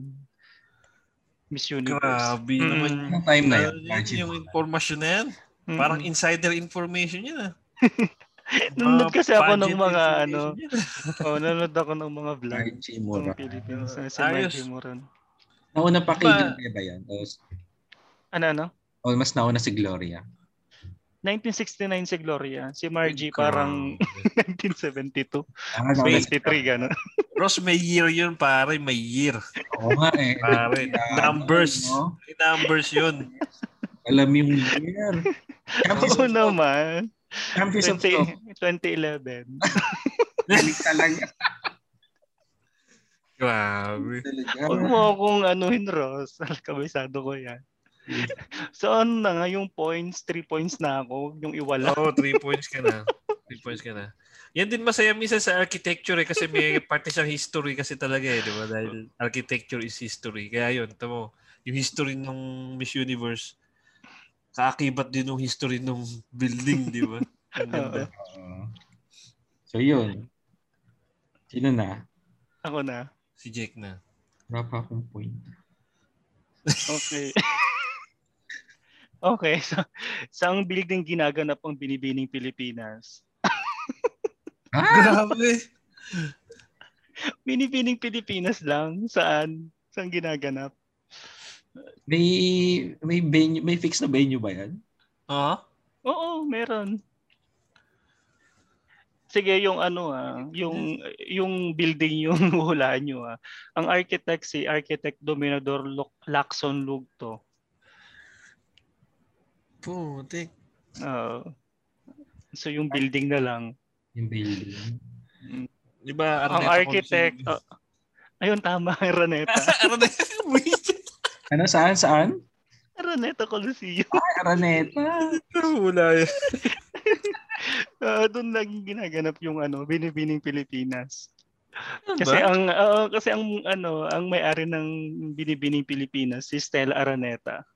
Miss Universe. Grabe Mm. naman. Yung time na yun. Ano yun, Imagine yung mo. information na yan. Mm-mm. Parang insider information yun ah. nanonood Mga kasi ako ng uh, budget mga ano, information yun. oh, nanonood ako ng mga vlog Archie ng Mora. Philippines sa si Ayos. Margie Moran. Nauna pa kay Pa- Gloria ba yan? O, Ano ano? o mas nauna si Gloria. 1969 si Gloria. Si Margie Good parang 1972. Ah, nauna si- 73, gano'n. Ross, may year yun pare, may year. Oo nga eh. Pare, Kaya, numbers. ano, May numbers yun. alam yung year. Champions Oo of- naman. Champions of 20, 2011. Galing talaga. Grabe. Talaga. Huwag mo akong anuhin, Ross. Kabisado ko yan. So ano na nga yung points, 3 points na ako, yung iwala. Oo, oh, three points ka na. Three points ka na. Yan din masaya minsan sa architecture eh, kasi may parte siyang history kasi talaga eh, di ba? Dahil architecture is history. Kaya yun, tamo, yung history ng Miss Universe, kaakibat din yung history ng building, di ba? Ang ganda. Oo. So yun. Sino na? Ako na. Si Jake na. Wala pa akong point. Okay. okay, so saang bilig ng ginaganap ang binibining Pilipinas? Ah! Grabe. Binibining Pilipinas lang, saan? Saan ginaganap? May may venue, may fix na venue ba yan? Oo. Oo, meron. Sige, yung ano ah, yung yung building yung hulaan nyo ah. Ang architect si Architect Dominador Lo- Lacson Lugto. Putik. Ah, so yung building na lang. Yung building. Di ba? Ang architect ah, ayun tama, Araneta. Araneta. Ano, saan, saan? Araneta Coliseum. Ay, Araneta. Wala yun. Ah, doon lagi ginaganap yung ano, Binibining Pilipinas. Kasi Kasi ang... ang oo, kasi ang ano, ang may-ari ng Binibining Pilipinas si Stella Araneta.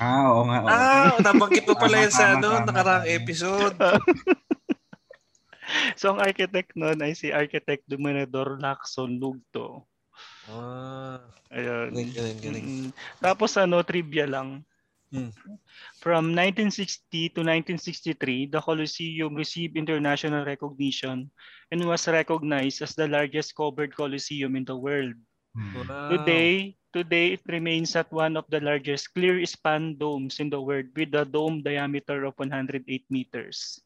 Ah, oo nga. Oo. Ah, nabanggit mo pala yan sa Tama, ano, tama, nakaraang tama. episode. So ang architect noon ay si Architect Dominador Lacson Lugto. Ah, Ayun. galing, galing, galing. Mm-mm. Tapos ano, trivia lang. Hmm. From 1960 to 1963, the Coliseum received international recognition and was recognized as the largest covered coliseum in the world. Hmm. Wow. Today, today it remains at one of the largest clear span domes in the world with a dome diameter of 108 meters.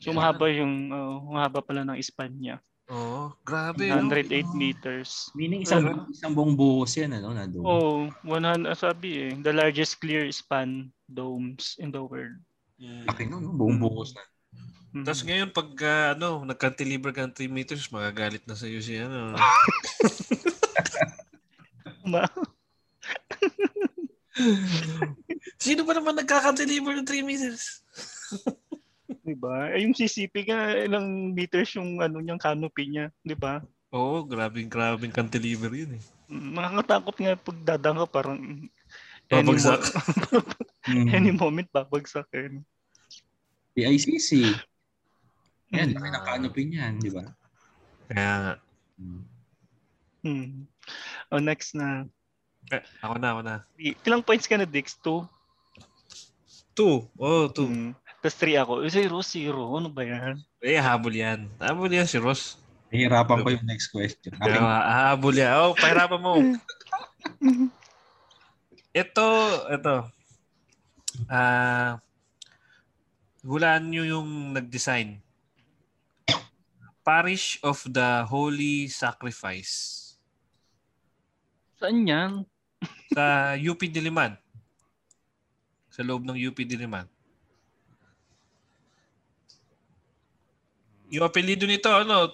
So Yan. mahaba yung oh, mahaba pala ng span niya. Oo, grabe. no? 108 meters. Meaning isang, isang buong buhos yan, ano, na doon. Oh, 100 sabi eh, the largest clear span domes in the world. Mm. Laki nun, no? buong buhos na. Mm. Tapos ngayon, pag ah, ano, nagkantilever ka ng 3 meters, magagalit na sa'yo si ano. Ma- Sino ba naman nagkakantilever ng 3 meters? di ba? Eh, yung CCP nga ilang meters yung ano niyang canopy niya, di ba? Oo, grabing grabing cantilever yun eh. Mm, Nakakatakot nga pag dadanga parang mm, any Babagsak. mo- Hmm. any moment babagsak eh. PICC. Yan, laki Ah. ng canopy niyan, di ba? Kaya nga. Mm. Hmm. O next na. Eh, ako na, ako na. Ilang points ka na, Dix? Two? Two. Oh, two. Hmm. Tapos three ako. Eh, Zero, zero. Ano ba yan? Eh, habol yan. Habol yan si Ross. Nahihirapan ko yung next question. Kaya Aking, nga, habol yan. Oh, pahirapan mo. ito, ito. Ah, hulaan nyo yung nag-design. Parish of the Holy Sacrifice. Saan yan? sa UP Diliman. Sa loob ng UP Diliman. Yung apelido nito, ano,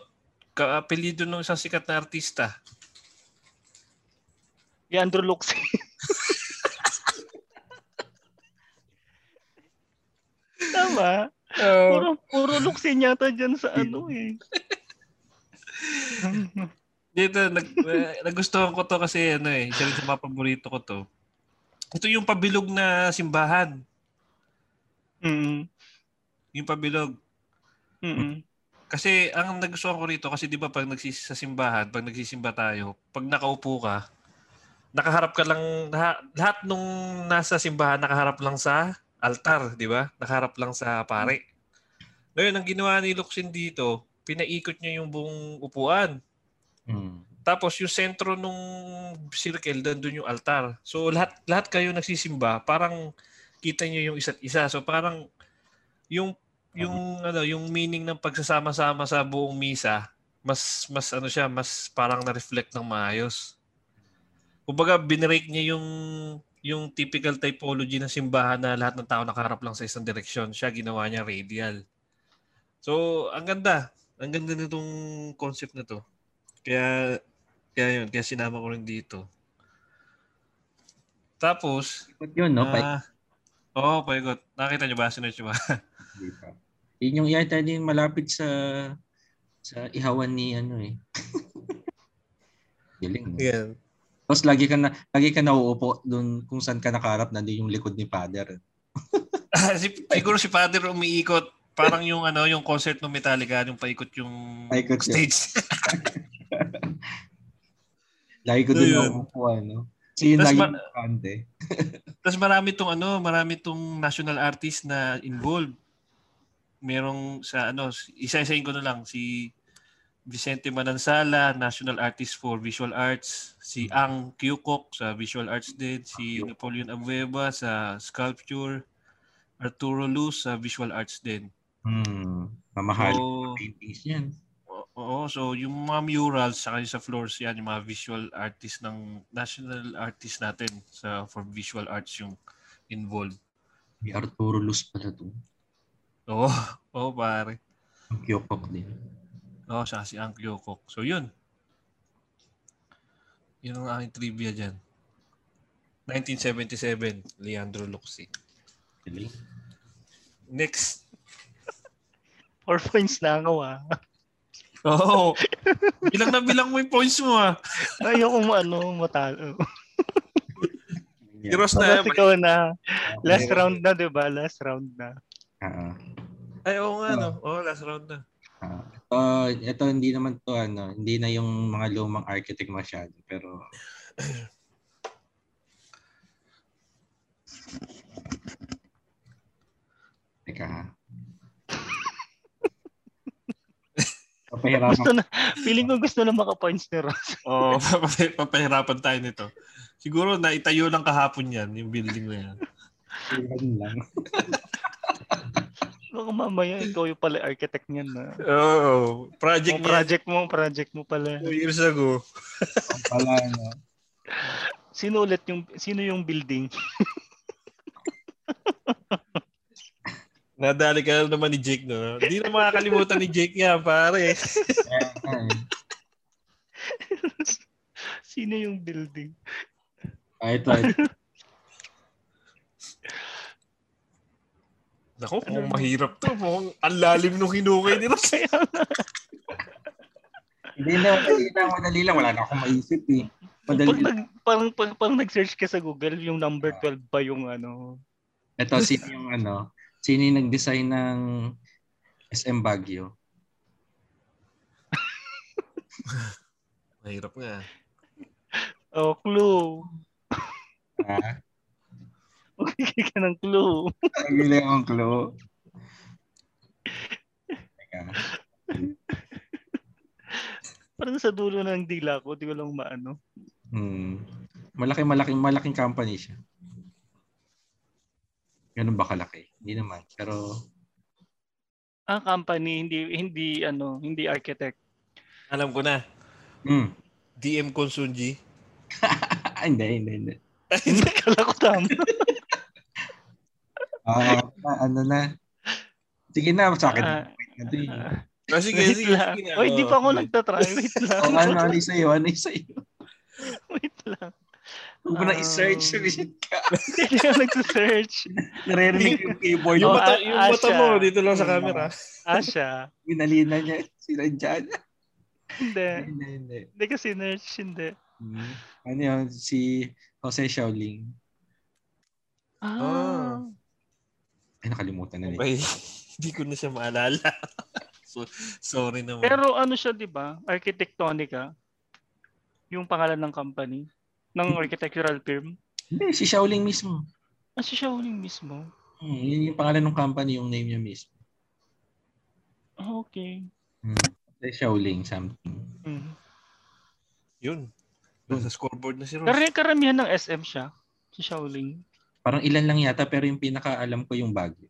kaapelido ng isang sikat na artista. Leandro Lux. Tama. Puro, puro Luxin yata dyan sa ano eh. Dito, nag, eh, nagustuhan ko to kasi ano eh, isa rin sa mga paborito ko to. Ito yung pabilog na simbahan. Mm. Yung pabilog. Mm. Kasi ang nagustuhan ko rito, kasi di ba pag nagsis sa simbahan, pag nagsisimba tayo, pag nakaupo ka, nakaharap ka lang, lahat, lahat nung nasa simbahan, nakaharap lang sa altar, di ba? Nakaharap lang sa pare. Ngayon, ang ginawa ni Luxin dito, pinaikot niya yung buong upuan. mm. Tapos yung sentro nung circle, doon yung altar. So lahat lahat kayo nagsisimba, parang kita niyo yung isa't isa. So parang yung yung ano, yung meaning ng pagsasama-sama sa buong misa, mas mas ano siya, mas parang na-reflect ng maayos. Kumbaga binrake niya yung yung typical typology ng simbahan na lahat ng tao nakaharap lang sa isang direksyon. Siya ginawa niya radial. So, ang ganda. Ang ganda nitong concept na to. Kaya, kaya yun. Kaya sinama ko rin dito. Tapos, Ikot yun, no? Pa- ah, oo, paikot. Nakita niyo ba? Sinerge niyo ba? Di ba? Yun yung yata din malapit sa sa ihawan ni ano eh. Galing. no? Yan. Tapos lagi ka na lagi ka nauupo doon kung saan ka nakaharap nandiyan yung likod ni Father. si, siguro si Father umiikot. Parang yung ano, yung concert ng Metallica, yung paikot yung Paikot yun. stage. Lagi ko So, doon yun. nauupo ano. So yun Tas lagi ma- yung kante. Tapos marami tong ano, marami tong national artist na involved. Merong sa ano, isa-isahin ko na lang si Vicente Manansala, National Artist for Visual Arts, si Ang Kyukok sa Visual Arts din, si Napoleon Abueva sa Sculpture, Arturo Luz sa Visual Arts din. Hmm. Mamahal So, paintings yan. O- Oo, so yung mga murals saka yung sa floors yan, yung mga visual artist ng national artist natin sa for visual arts yung involved. May Arturo Luz pala to. Oo, oo pare. Ang Kyokok din. Oo, saka si Ang Kyokok. So yun. Yun ang aking trivia dyan. 1977, Leandro Luxi. Galing. Next. Four points na ako ah. Oo. bilang na bilang mo yung points mo ah. Ayoko mo ano, matalo. Si Yeah. Ross na. Tapos ikaw na. Last Okay. round na, di ba? Last round na. Ah, ah. Ay, oo nga no. Oo, last round na. Ah, uh, ito hindi naman to ano, hindi na yung mga lumang architect masyado, pero Teka ha. Papahirapan Gusto na, feeling ko gusto na makapoints ni Ross. Oo, oh, papahirapan tayo nito. Siguro naitayo lang kahapon yan, yung building na yan. ko yun lang. Baka mamaya ikaw yung pala architect niyan na. Oo, Yung project project mo, project mo pala. Two years ago. Pala, ano. Sino ulit yung, sino yung building? Nadali ka na naman ni Jake, no? Hindi na makakalimutan ni Jake yan, pare. Ay, sino yung building? ah, ito, ito. Naku, mukhang mahirap to. Mukhang ang lalim nung hinukay nila. Hindi na, madali lang, madali lang. Wala na akong maisip eh. Madali Pag, nag, parang, pag, pag nag-search ka sa Google, yung number Ah. 12 ba yung ano? Ito, sino yung ano? Sino yung nag-design ng SM Baguio? Mahirap nga. Oh, clue. Ha? Magiging ka ng clue. Ang galing ang clue. Teka. Parang sa dulo ng dila ko, di ko lang maano. Hmm. Malaki, malaking, malaking company siya. Ganun ba kalaki? Hindi naman. Pero, Ang Ah, company, hindi, hindi, ano, hindi architect. Alam ko na. hmm. DM Consunji. Ah, hindi, hindi, hindi. Kala ko tama. Ah, ano na. Sige na, sa akin. Ah, Ano yun? Ah, sige, wait sige, lang. sige na. Oy, di pa ako Oh. nagtatry. Wait lang. Oh, ano, ano yung sa'yo? Ano yung sa'yo? Wait lang. Huwag mo na Ah. i-search ulit ka. Hindi ako nagsasearch. Naririnig ko yung keyboard. Oh, Yung Yung mata, ah, yung mata Asha. mo dito lang sa Hmm. camera. Asha. binalina niya. Sinadya niya. Hindi. Hindi, hindi. Hindi kasi search. Hindi. Hmm. Ano yun? Si Jose Shaoling. Ah. Ay, nakalimutan na niya. Okay. Hindi ko na siya maalala. so, sorry naman. Pero ano siya, di ba? Architectonica. Yung pangalan ng company. Ng architectural firm. Hindi, Eh, si Shaoling mismo. Ah, si Shaolin mismo. Hmm, yun yung pangalan ng company, yung name niya mismo. Ah, Okay. Jose Shaoling something. Hmm. Yun. Nasa scoreboard na si Ross. Kar- karamihan ng SM siya. Si Shaolin. Parang ilan lang yata, pero yung pinakaalam ko yung Baguio.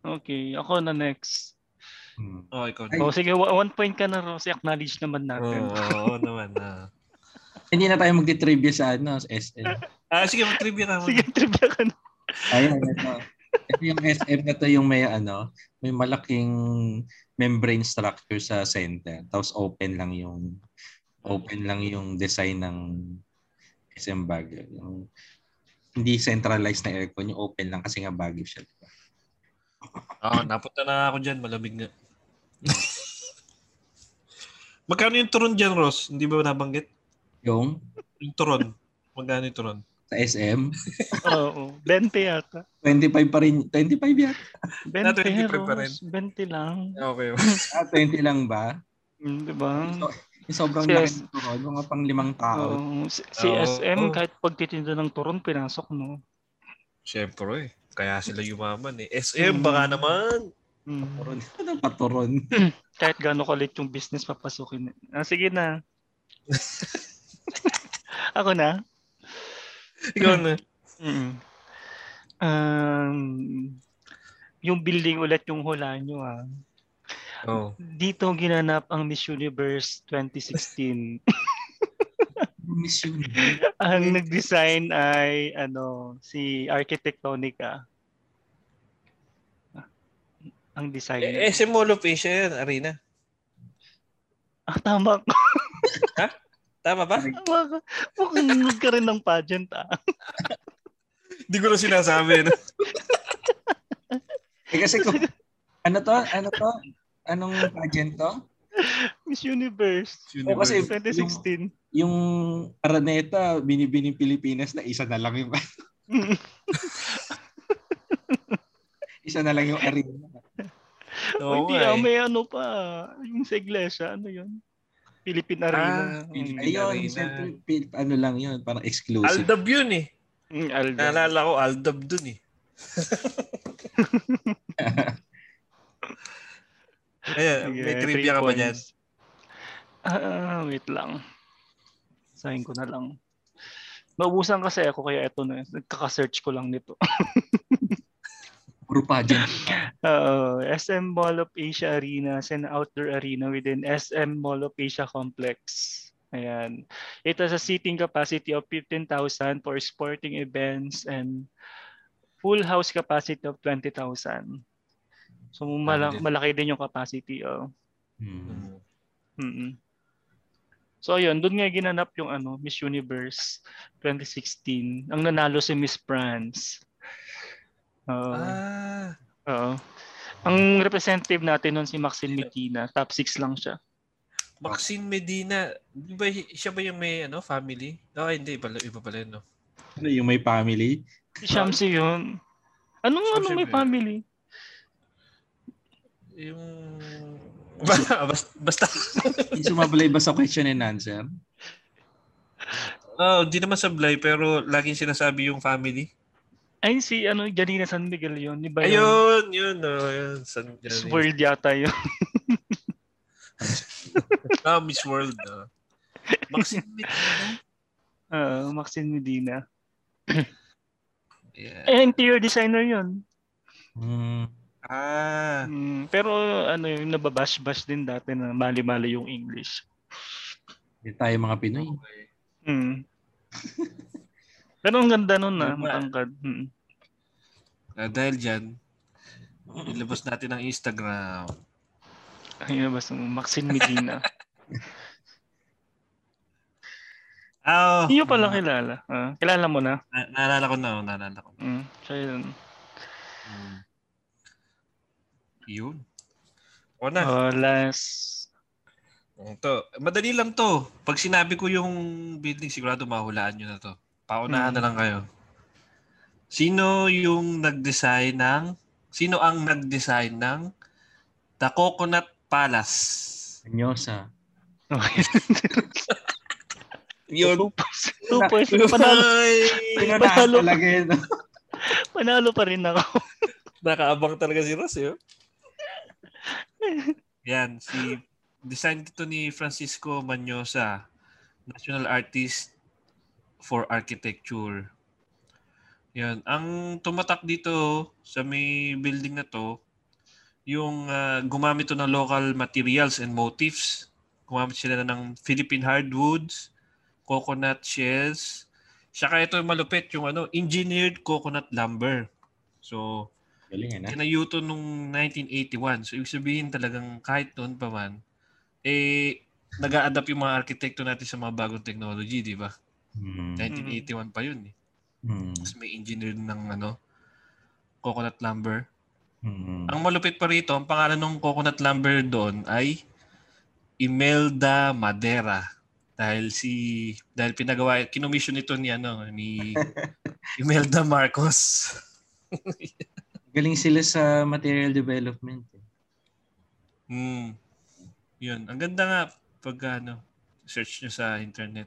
Okay. Ako na next. Hmm. Oh, ikaw Ay. na. Oh, sige, wa- one point ka na, Rose. Acknowledge naman Oo natin. oo naman. ah. Hindi na tayo magti-trivia sa ano, sa SM. Ah, sige, mag-trivia naman. Sige, trivia ka na. Ayun, ito. Ito yung SM na to yung may ano, may malaking membrane structure sa center. Tapos open lang yung open lang yung design ng SM Baguio. Yung, hindi centralized na aircon, yung open lang kasi nga Baguio siya. di ba? Ah, napunta na ako dyan. Malamig nga. Magkano yung turon dyan, Ross? Hindi ba nabanggit? Yung Yung turon. Magkano yung turon? sa SM, Oo. 20 yata. 25 pa rin, 25 yata. 20, Na 25 pa rin. Rose. 20 lang. Okay. Ah, 20 lang ba? Hmm, di ba? So, yung sobrang Yes. laki ng turon, mga pang limang tao. Oo. Si, si Ah, Oo. SM, kahit pagtitinda ng turon, pinasok, no? Siyempre. eh. Kaya sila yumaman eh. SM, Mm. baka naman. Hmm. Turon. Ano pa turon? kahit gaano kalit yung business papasukin. Ah, sige na. Ako na. Ikaw na. Um, yung building ulit yung hula nyo ah. Oh. Dito ginanap ang Miss Universe 2016. Miss you. ang nag-design ay ano si Architectonica. Ang Eh, designer. SM Mall of Asia yan, Arena. Ah, tama ko. Tama ba? Tama ko. Mukhang nag ka rin ng pageant ah. Hindi ko na sinasabi. No? Eh kasi kung, ano to? Ano to? Anong pageant to? Miss Universe O kasi yung, 2016. yung Araneta, binibining Pilipinas na isa na lang yung isa na lang yung arena. Oh, Oo hindi ah, nga eh. may ano pa. Yung sa iglesia, ano yun? Philippine Arena. Mm, Philippine Ayun, Ah, Arena. siyempre, pi- ano lang yun, parang exclusive. Aldab yun eh. Mm, Aldo. Naalala ko, Aldab dun eh. Ayan, Sige, may three trivia ka ba points. dyan? Ah, wait lang. Sahin ko na lang. Maubusan kasi ako kaya eto na. Nagkaka-search ko lang nito. Puro pageant. Uh, SM Mall of Asia Arena is an outdoor arena within SM Mall of Asia Complex. Ayan. It has a seating capacity of 15,000 for sporting events and full house capacity of 20,000. So mala- Grabe din. malaki din yung capacity. Oh. Hmm. Mm-mm. So ayun, doon nga ginanap yung ano, Miss Universe 2016. Ang nanalo si Miss France. Oo. Ah, oo. Ang representative natin noon si Maxine Medina, top 6 lang siya. Maxine Medina. Di ba, siya ba yung may ano, family? Oh, hindi. Pala, iba pala yun. No? Ano yung may family? Si Shamsi yun. Anong ano Shamsi may ba yun? family? Yung basta, basta. Sumablay ba sa question and answer? Oh, di naman sablay pero laging sinasabi yung family. Ay, si ano, Janina San Miguel yun. Di ba yun? Ayun, yun. Oh, yun. San, Miss yan, World yata yun. Ah, Miss World. ah. Maxine Medina. Ah, Maxine Medina. Yeah. Eh, interior designer yun. Hmm. Ah, Mm, pero ano yung nababash-bash din dati na mali-mali yung English. Hindi tayo mga Pinoy. Mm. pero ang ganda nun na, Tama. matangkad. Mm. ah, dahil dyan, ilabas natin ang Instagram. Ayun na basta Maxine Medina. Ah, Hindi nyo pala kilala. Ah, kilala mo na. Na- naalala ko na, oh, naalala ko. Mm. Siya yun. Mm. Yun. O na. Oh, last. Ito, madali lang to. Pag sinabi ko yung building, sigurado mahulaan nyo na to. Paunahan Hmm. na lang kayo. Sino yung nag-design ng... Sino ang nag-design ng The Coconut Palace? Anyosa. Yun. Two points. Panalo, Ay! Pinanahan Panalo. talaga yun. panalo pa rin ako. Nakaabang talaga si Ross, eh. yun. Yan, si... Design ito ni Francisco Manyosa, National Artist for Architecture. Yan. Ang tumatak dito sa may building na to, yung ah, gumamit to ng local materials and motifs. Gumamit sila ng Philippine hardwoods, coconut shells. Saka ito yung malupit, yung ano, engineered coconut lumber. So, eh, Galing na. kinayuto nung 1981. So, ibig sabihin talagang kahit noon pa man, eh, nag adapt yung mga arkitekto natin sa mga bagong technology, di ba? Hmm. 1981 pa yun eh. Hmm. Tapos may engineer ng ano, coconut lumber. Hmm. Ang malupit pa rito, ang pangalan ng coconut lumber doon ay Imelda Madera. Dahil si dahil pinagawa kinomission ito ni ano ni Imelda Marcos. Galing sila sa material development. eh. Mm. Yun, ang ganda nga pag ano search nyo sa internet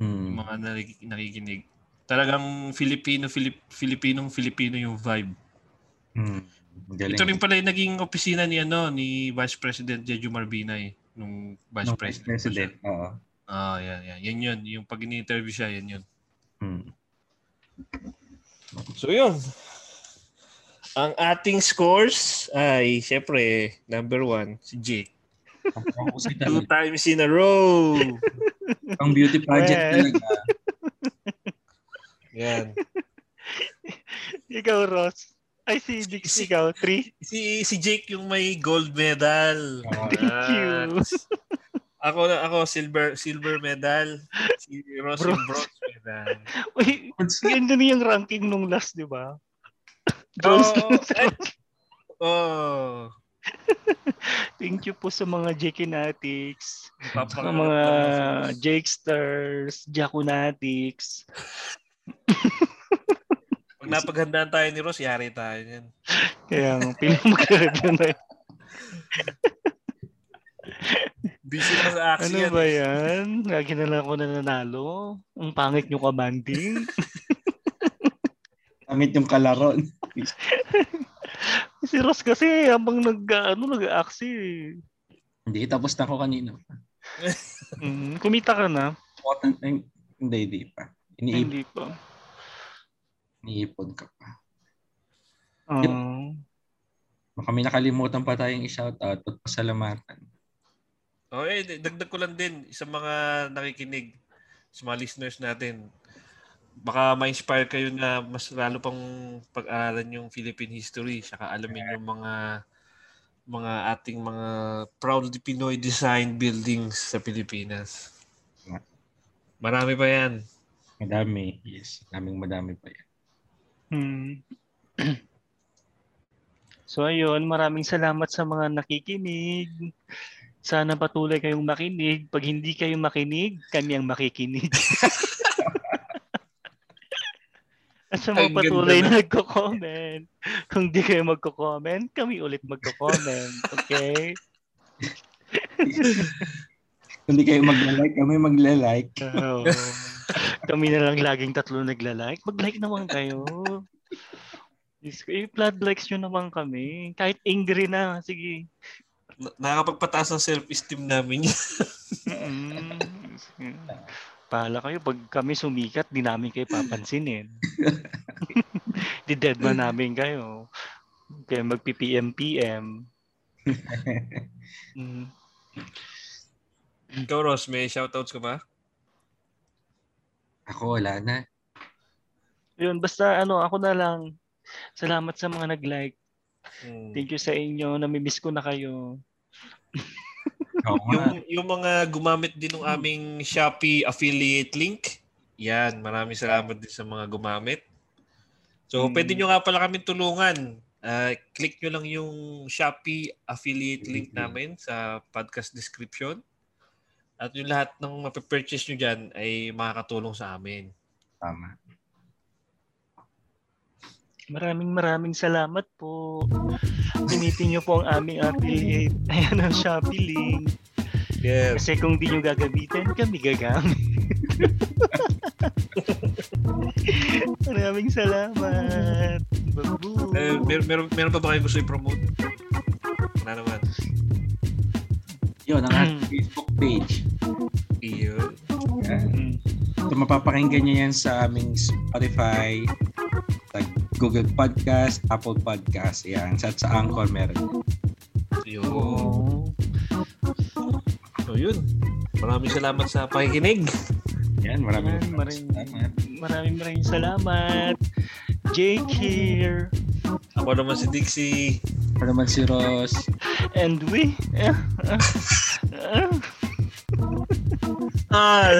Hmm. mga narik- nakikinig. Talagang Filipino Filip, Filipinong Filipino yung vibe. Hmm. Galing. Ito rin pala yung naging opisina ni ano ni Vice President Jeju Marbina eh, nung Vice Nung President. pa President. siya. Oo. Ah, yan, yan. Yan yun. Yung pag ini-interview siya, yan yun. Hmm. So yun. Ang ating scores ay, syempre, number one, si Jake. Ako kasi Two talaga. times in a row. Ang beauty project Well. talaga. yan. Ikaw, Ross. Ay, si Dix, ikaw. Three. Si, si Jake yung may gold medal. Oh, Thank you. Ako na ako silver silver medal. Si Ross yung bronze medal. Uy, yun din yung ranking nung last, di ba? Girls, Oo. eh, oh. thank you po sa mga Jekinatics, Papakalap sa mga na lang. Jakesters, Jakunatics. Pag napaghandaan tayo ni Ross, yari tayo yan. Kaya eh. ang pinamagkaroon na yun. Busy lang sa Ano action. ba yan? Lagi na lang ako nananalo. Ang pangit nyo kamanding. Amit yung kalaro. si Ross kasi habang nag, ano, eh. nag-aksi. Hindi, tapos na ako kanina. Mm, kumita ka na. Important na- Hindi, hindi pa. Iniipon, Hindi pa. iniipon ka pa. Ah. Baka may nakalimutan pa tayong i-shoutout at pasalamatan. Oh, eh, dagdag ko lang din sa mga nakikinig, sa mga listeners natin. Baka ma-inspire kayo na mas lalo pang pag-aralan yung Philippine history, saka alamin yung mga mga ating mga proudly Pinoy design buildings sa Pilipinas. Marami pa yan. Madami. Yes, daming madami pa yan. Hmm. So ayun, maraming salamat sa mga nakikinig. Sana patuloy kayong makinig. Pag hindi kayo makinig, kami ang makikinig. At sa mga Ang ganda patuloy na. na nagko-comment, kung di kayo magko-comment, kami ulit magko-comment. Okay? Hindi kayo magla-like, kami magla-like. Oo. Kami na lang laging tatlo nagla-like. Mag-like naman kayo. Diyos ko, i-flood likes nyo naman kami. Kahit angry na, sige. Na- Nakakapagpataas ng self-esteem namin yun. Mm. Pahala kayo, pag kami sumikat, di namin kayo papansinin. di deadman namin kayo. Kaya magpi-PM-PM. Mm. Ikaw, Ross, may shoutouts ka ba? Ako wala na. Yun, basta ano, ako na lang. Salamat sa mga nag-like. Hmm. Thank you sa inyo. Namimiss ko na kayo. Oo nga. Yung, yung mga gumamit din ng aming Shopee affiliate link, yan, maraming salamat din sa mga gumamit. Mm. So, pwede nyo nga pala kami tulungan. Ah, click nyo lang yung Shopee affiliate link namin sa podcast description. At yung lahat ng mapipurchase nyo dyan ay makakatulong sa amin. Tama. Maraming maraming salamat po. Gamitin niyo po ang aming affiliate. Ayan ang Shopee link. Yes. Kasi kung di niyo gagamitin, kami gagamit. maraming salamat. Babu. Eh, mer- mer- meron pa ba kayo gusto i-promote? Wala naman. Yun, ang ating Facebook page. Iyon. Yan. So, mapapakinggan nyo yan sa aming Spotify, sa Google Podcast, Apple Podcast, yan. Sa, sa Anchor meron. Iyon. Oh. So yun. Maraming salamat sa pakikinig. Yan, maraming Yan, maraming maraming- salamat. Maraming maraming salamat. Jake here. Ako naman si Dixie. Ako naman si Ross. And we... Ah, Ah,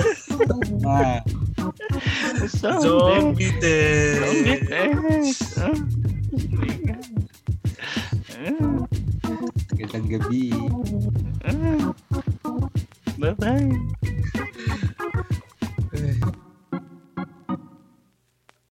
Zombie. zombie test. Zombie test. Ah. My God. Ah. magandang gabi. Bye bye.